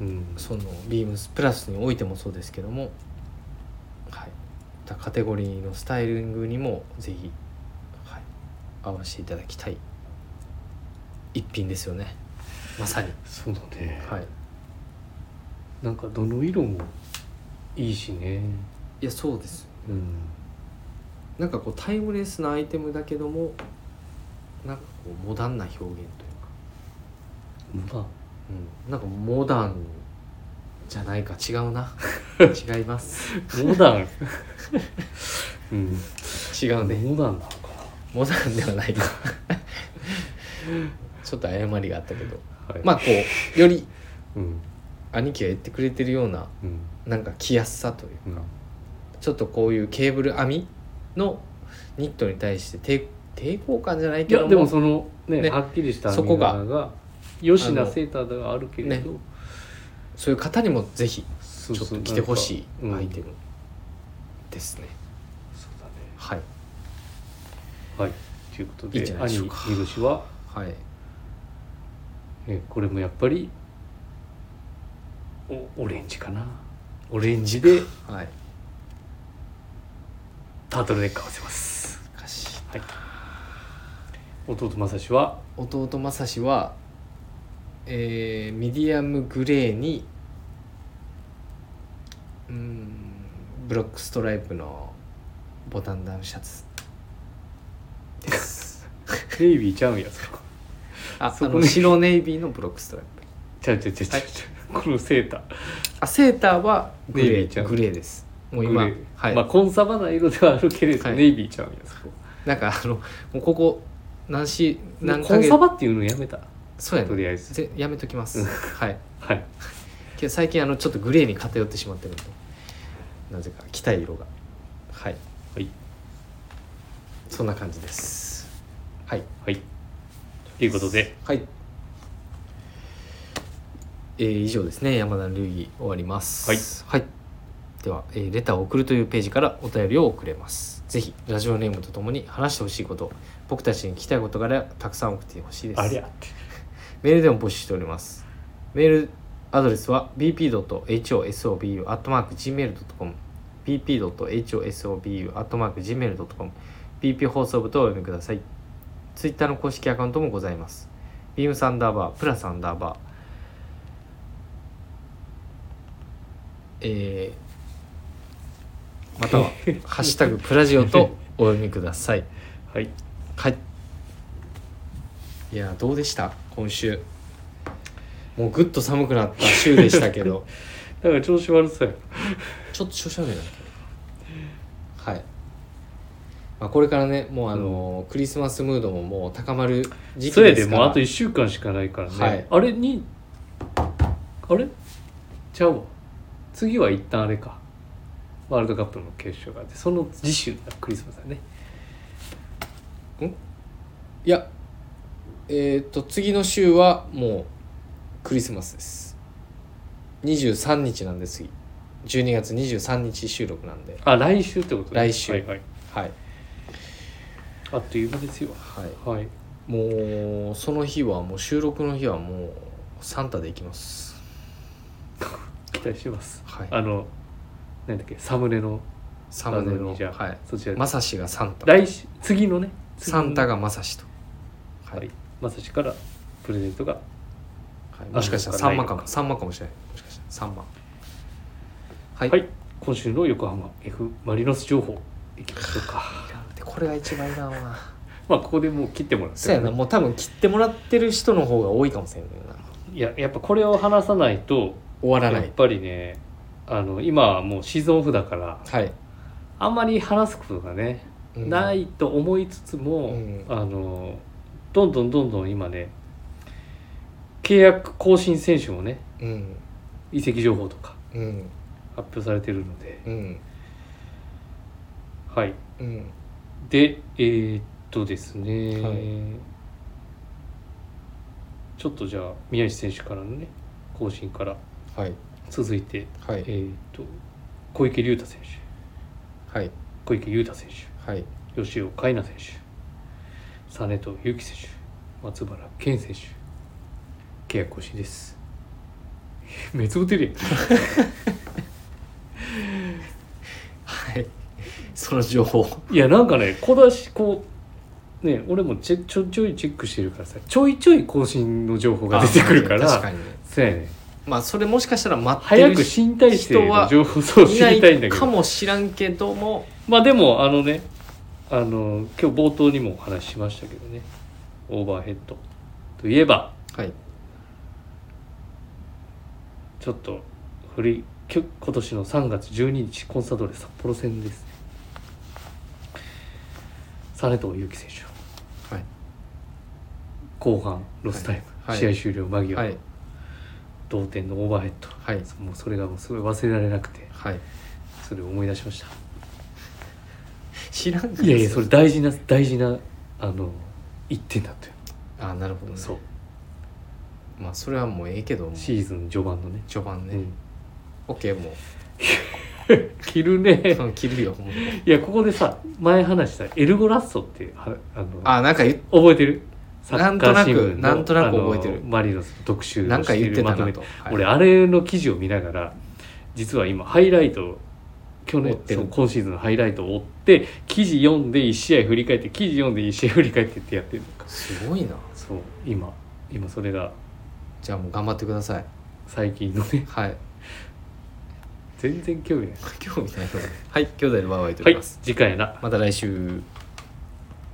[SPEAKER 2] うん
[SPEAKER 1] そのビームスプラスにおいてもそうですけども、はい、またカテゴリーのスタイリングにもぜひ、はい、合わせていただきたい一品ですよねまさに、
[SPEAKER 2] そうだね、
[SPEAKER 1] はい、い
[SPEAKER 2] なんかどの色もいいしね
[SPEAKER 1] やそうです
[SPEAKER 2] うん
[SPEAKER 1] なんかこうタイムレスなアイテムだけどもなんかこうモダンな表現というか、
[SPEAKER 2] まあ
[SPEAKER 1] うん、なんかモダンじゃないか違う な違います
[SPEAKER 2] モダ ンうん
[SPEAKER 1] 違うね
[SPEAKER 2] モダンなのか
[SPEAKER 1] モダンではないかちょっと誤りがあったけど
[SPEAKER 2] な、はい、
[SPEAKER 1] まあこうより
[SPEAKER 2] うん
[SPEAKER 1] 兄貴が言ってくれてるような
[SPEAKER 2] うん
[SPEAKER 1] なんか着やすさという
[SPEAKER 2] うん
[SPEAKER 1] ちょっとこういうケーブル編みのニットに対して抵抵抗感じゃない
[SPEAKER 2] い
[SPEAKER 1] けど
[SPEAKER 2] や
[SPEAKER 1] も
[SPEAKER 2] でもそのね
[SPEAKER 1] ね
[SPEAKER 2] はっきりした
[SPEAKER 1] そこが
[SPEAKER 2] 編みがよしなセーターではあるけれど、
[SPEAKER 1] そういう方にもぜひち
[SPEAKER 2] そ
[SPEAKER 1] ょ
[SPEAKER 2] う
[SPEAKER 1] っ
[SPEAKER 2] そう
[SPEAKER 1] と着てほし
[SPEAKER 2] な
[SPEAKER 1] い
[SPEAKER 2] んか
[SPEAKER 1] アイテ
[SPEAKER 2] う
[SPEAKER 1] ム
[SPEAKER 2] ん
[SPEAKER 1] ですね、
[SPEAKER 2] そうだね
[SPEAKER 1] はい
[SPEAKER 2] はいということで
[SPEAKER 1] いいんじゃないで
[SPEAKER 2] 兄
[SPEAKER 1] しょ
[SPEAKER 2] 見
[SPEAKER 1] うか
[SPEAKER 2] 口は、
[SPEAKER 1] はい
[SPEAKER 2] えこれもやっぱりおオレンジかなオレンジで
[SPEAKER 1] はい
[SPEAKER 2] タートルネック合わせます
[SPEAKER 1] 難しい
[SPEAKER 2] はい弟正志は
[SPEAKER 1] 弟正志はえーミディアムグレーにうーんブロックストライプのボタンダウンシャツです
[SPEAKER 2] ネイビーちゃうんやつか
[SPEAKER 1] あ、
[SPEAKER 2] そ
[SPEAKER 1] そ
[SPEAKER 2] こ
[SPEAKER 1] の
[SPEAKER 2] ね
[SPEAKER 1] 白ネイビーのブロックストライプ。
[SPEAKER 2] ちゃうちゃうちゃうちゃう、このセーター
[SPEAKER 1] あ、セーターはグレ
[SPEAKER 2] ネイビーちゃ
[SPEAKER 1] ー。
[SPEAKER 2] う
[SPEAKER 1] グレーです。もう今
[SPEAKER 2] グレー、
[SPEAKER 1] はい、
[SPEAKER 2] まあコンサバな色ではあるけれど、
[SPEAKER 1] はい
[SPEAKER 2] ネイビーちゃうんやつか
[SPEAKER 1] なんかあの、もうここ何し、何
[SPEAKER 2] コ
[SPEAKER 1] ヶ
[SPEAKER 2] ン
[SPEAKER 1] 月
[SPEAKER 2] サ。バっていうのやめた
[SPEAKER 1] そうや
[SPEAKER 2] と
[SPEAKER 1] ね。
[SPEAKER 2] りあえず
[SPEAKER 1] ぜやめときます。
[SPEAKER 2] うん
[SPEAKER 1] はい。
[SPEAKER 2] はい
[SPEAKER 1] けど最近あのちょっとグレーに偏ってしまってるんで、なぜか着たい色が。はい。
[SPEAKER 2] はい
[SPEAKER 1] そんな感じです。はい。
[SPEAKER 2] はいということで
[SPEAKER 1] はい。えー以上ですね。山田流儀終わります。はい。では、えーレターを送るというページからお便りを送れます。ぜひ、ラジオネームとともに話してほしいこと、僕たちに聞きたいことがあれば、たくさん送ってほしいです。
[SPEAKER 2] ありゃって
[SPEAKER 1] メールでも募集しております。メールアドレスは bp.hosobu.gmail.com bp.hosobu.gmail.com bp 放送部とお読みください。ツイッターの公式アカウントもございます。ビームサンダーバー、プラサンダーバー、えー、または、ハッシュタグプラジオとお読みください。
[SPEAKER 2] はい
[SPEAKER 1] はい。いやーどうでした今週。もうぐっと寒くなった週でしたけど、
[SPEAKER 2] だから調子悪そうや
[SPEAKER 1] ちょっと調子悪いな。はい。まあこれからね、もうあのークリスマスムードももう高まる時期
[SPEAKER 2] それ
[SPEAKER 1] で
[SPEAKER 2] です
[SPEAKER 1] から。
[SPEAKER 2] もうあと1週間しかないからね、
[SPEAKER 1] はい
[SPEAKER 2] あれにあれちゃうわ次は一旦あれかワールドカップの決勝があってその次週だクリスマスだね
[SPEAKER 1] いや、えっ、と次の週はもうクリスマスです。23日なんです次。12月23日収録なんで。
[SPEAKER 2] あ来週ってことね
[SPEAKER 1] 来週
[SPEAKER 2] はいはい
[SPEAKER 1] はい。
[SPEAKER 2] あっという間ですよ
[SPEAKER 1] はい。
[SPEAKER 2] はい
[SPEAKER 1] もうその日はもう収録の日はもうサンタで行きます
[SPEAKER 2] 期待してます
[SPEAKER 1] はい
[SPEAKER 2] あのなんだっけサムネの
[SPEAKER 1] サムネ
[SPEAKER 2] 画像
[SPEAKER 1] の
[SPEAKER 2] にじゃあ
[SPEAKER 1] はい
[SPEAKER 2] そちら
[SPEAKER 1] まさしがサンタ
[SPEAKER 2] 来週次のね次の
[SPEAKER 1] サンタがまさしとは、
[SPEAKER 2] はいいまさしからプレゼントが
[SPEAKER 1] はいもしかしたら
[SPEAKER 2] あ
[SPEAKER 1] サ
[SPEAKER 2] る
[SPEAKER 1] ン
[SPEAKER 2] の
[SPEAKER 1] マ
[SPEAKER 2] か
[SPEAKER 1] か
[SPEAKER 2] な
[SPEAKER 1] も
[SPEAKER 2] いのか
[SPEAKER 1] サンマかもしれないもしかしたらサンマはい、
[SPEAKER 2] はい、今週の横浜 F ・マリノス情報いきましょう か
[SPEAKER 1] でこれが一番いらん わ
[SPEAKER 2] まあここでもう切ってもらって
[SPEAKER 1] そうやなもう多分切ってもらってる人の方が多いかもしれないない
[SPEAKER 2] ややっぱこれを話さないと
[SPEAKER 1] 終わら
[SPEAKER 2] や
[SPEAKER 1] な
[SPEAKER 2] っ
[SPEAKER 1] い
[SPEAKER 2] ぱりねあの今はもうシーズンオフだから
[SPEAKER 1] はい、
[SPEAKER 2] あんまり話すことがね、
[SPEAKER 1] うん
[SPEAKER 2] ないと思いつつも、
[SPEAKER 1] うん
[SPEAKER 2] あのどんどんどんどん今ね契約更新選手もね
[SPEAKER 1] うん
[SPEAKER 2] 移籍情報とか
[SPEAKER 1] うん
[SPEAKER 2] 発表されてるので
[SPEAKER 1] うん
[SPEAKER 2] はい
[SPEAKER 1] うん
[SPEAKER 2] でえー、っとですね、
[SPEAKER 1] はい
[SPEAKER 2] ちょっとじゃあ宮市選手からのね更新から
[SPEAKER 1] はい
[SPEAKER 2] 続いて、
[SPEAKER 1] は
[SPEAKER 2] え
[SPEAKER 1] い
[SPEAKER 2] ー、っと小池龍太選手
[SPEAKER 1] はい
[SPEAKER 2] 小池龍太選手
[SPEAKER 1] はい
[SPEAKER 2] 吉尾海奈選手実藤祐希選手松原健選手契約更新です 目つぶってるやん
[SPEAKER 1] はいその情報
[SPEAKER 2] いやなんかね小出しこうね俺もちょちょちょいチェックしてるからさちょいちょい更新の情報が出てくるから
[SPEAKER 1] 確かにね
[SPEAKER 2] そうやね
[SPEAKER 1] まあそれもしかしたら待って
[SPEAKER 2] 早
[SPEAKER 1] る
[SPEAKER 2] く
[SPEAKER 1] 人
[SPEAKER 2] 新体制の情報を知
[SPEAKER 1] い
[SPEAKER 2] り
[SPEAKER 1] な
[SPEAKER 2] たいんだけ
[SPEAKER 1] いか
[SPEAKER 2] ど
[SPEAKER 1] もしらんけども
[SPEAKER 2] まあでもあのねあの今日冒頭にもお話ししましたけどねオーバーヘッドといえば
[SPEAKER 1] はい
[SPEAKER 2] ちょっと古いきょ今年の3月12日コンサドーレ札幌戦ですね実藤祐希選
[SPEAKER 1] はい
[SPEAKER 2] 手後半ロスタイム、
[SPEAKER 1] はい
[SPEAKER 2] 試合終了間際、
[SPEAKER 1] はい
[SPEAKER 2] 同点のオーバーヘッド
[SPEAKER 1] はい
[SPEAKER 2] もうそれがもうすごい忘れられなくて
[SPEAKER 1] はい
[SPEAKER 2] それを思い出しました
[SPEAKER 1] 知らんがない
[SPEAKER 2] やいやそれ大事な大事なあの1点だったよ、
[SPEAKER 1] あなるほど、ね、
[SPEAKER 2] そう
[SPEAKER 1] まあそれはもうええけども
[SPEAKER 2] シーズン序盤のね
[SPEAKER 1] 序盤
[SPEAKER 2] う
[SPEAKER 1] ね、
[SPEAKER 2] ん、
[SPEAKER 1] オッ OK も
[SPEAKER 2] 着るね
[SPEAKER 1] う切るよもう
[SPEAKER 2] いやここでさ前話したエルゴラッソっていうはあの
[SPEAKER 1] あなんか言っ
[SPEAKER 2] 覚えてるサッカー新聞の
[SPEAKER 1] なんとなくなんとなく覚えてる
[SPEAKER 2] あのマリノスの特 集を
[SPEAKER 1] なんか
[SPEAKER 2] して
[SPEAKER 1] 言っ
[SPEAKER 2] る
[SPEAKER 1] て
[SPEAKER 2] ま
[SPEAKER 1] た
[SPEAKER 2] と
[SPEAKER 1] な
[SPEAKER 2] め
[SPEAKER 1] と、はい
[SPEAKER 2] 俺あれの記事を見ながら実は今ハイライトを去
[SPEAKER 1] 追っ
[SPEAKER 2] 年
[SPEAKER 1] てる
[SPEAKER 2] そう今シーズンのハイライトを追って記事読んで1試合振り返って記事読んで1試合振り返ってってやってるのか
[SPEAKER 1] すごいな
[SPEAKER 2] そう今今それが
[SPEAKER 1] じゃあもう頑張ってください
[SPEAKER 2] 最近のね
[SPEAKER 1] はい
[SPEAKER 2] 全然興味ない
[SPEAKER 1] 今日みたいなはい兄弟の場合と
[SPEAKER 2] は
[SPEAKER 1] 言い
[SPEAKER 2] い
[SPEAKER 1] ます、
[SPEAKER 2] 次回やな
[SPEAKER 1] また来週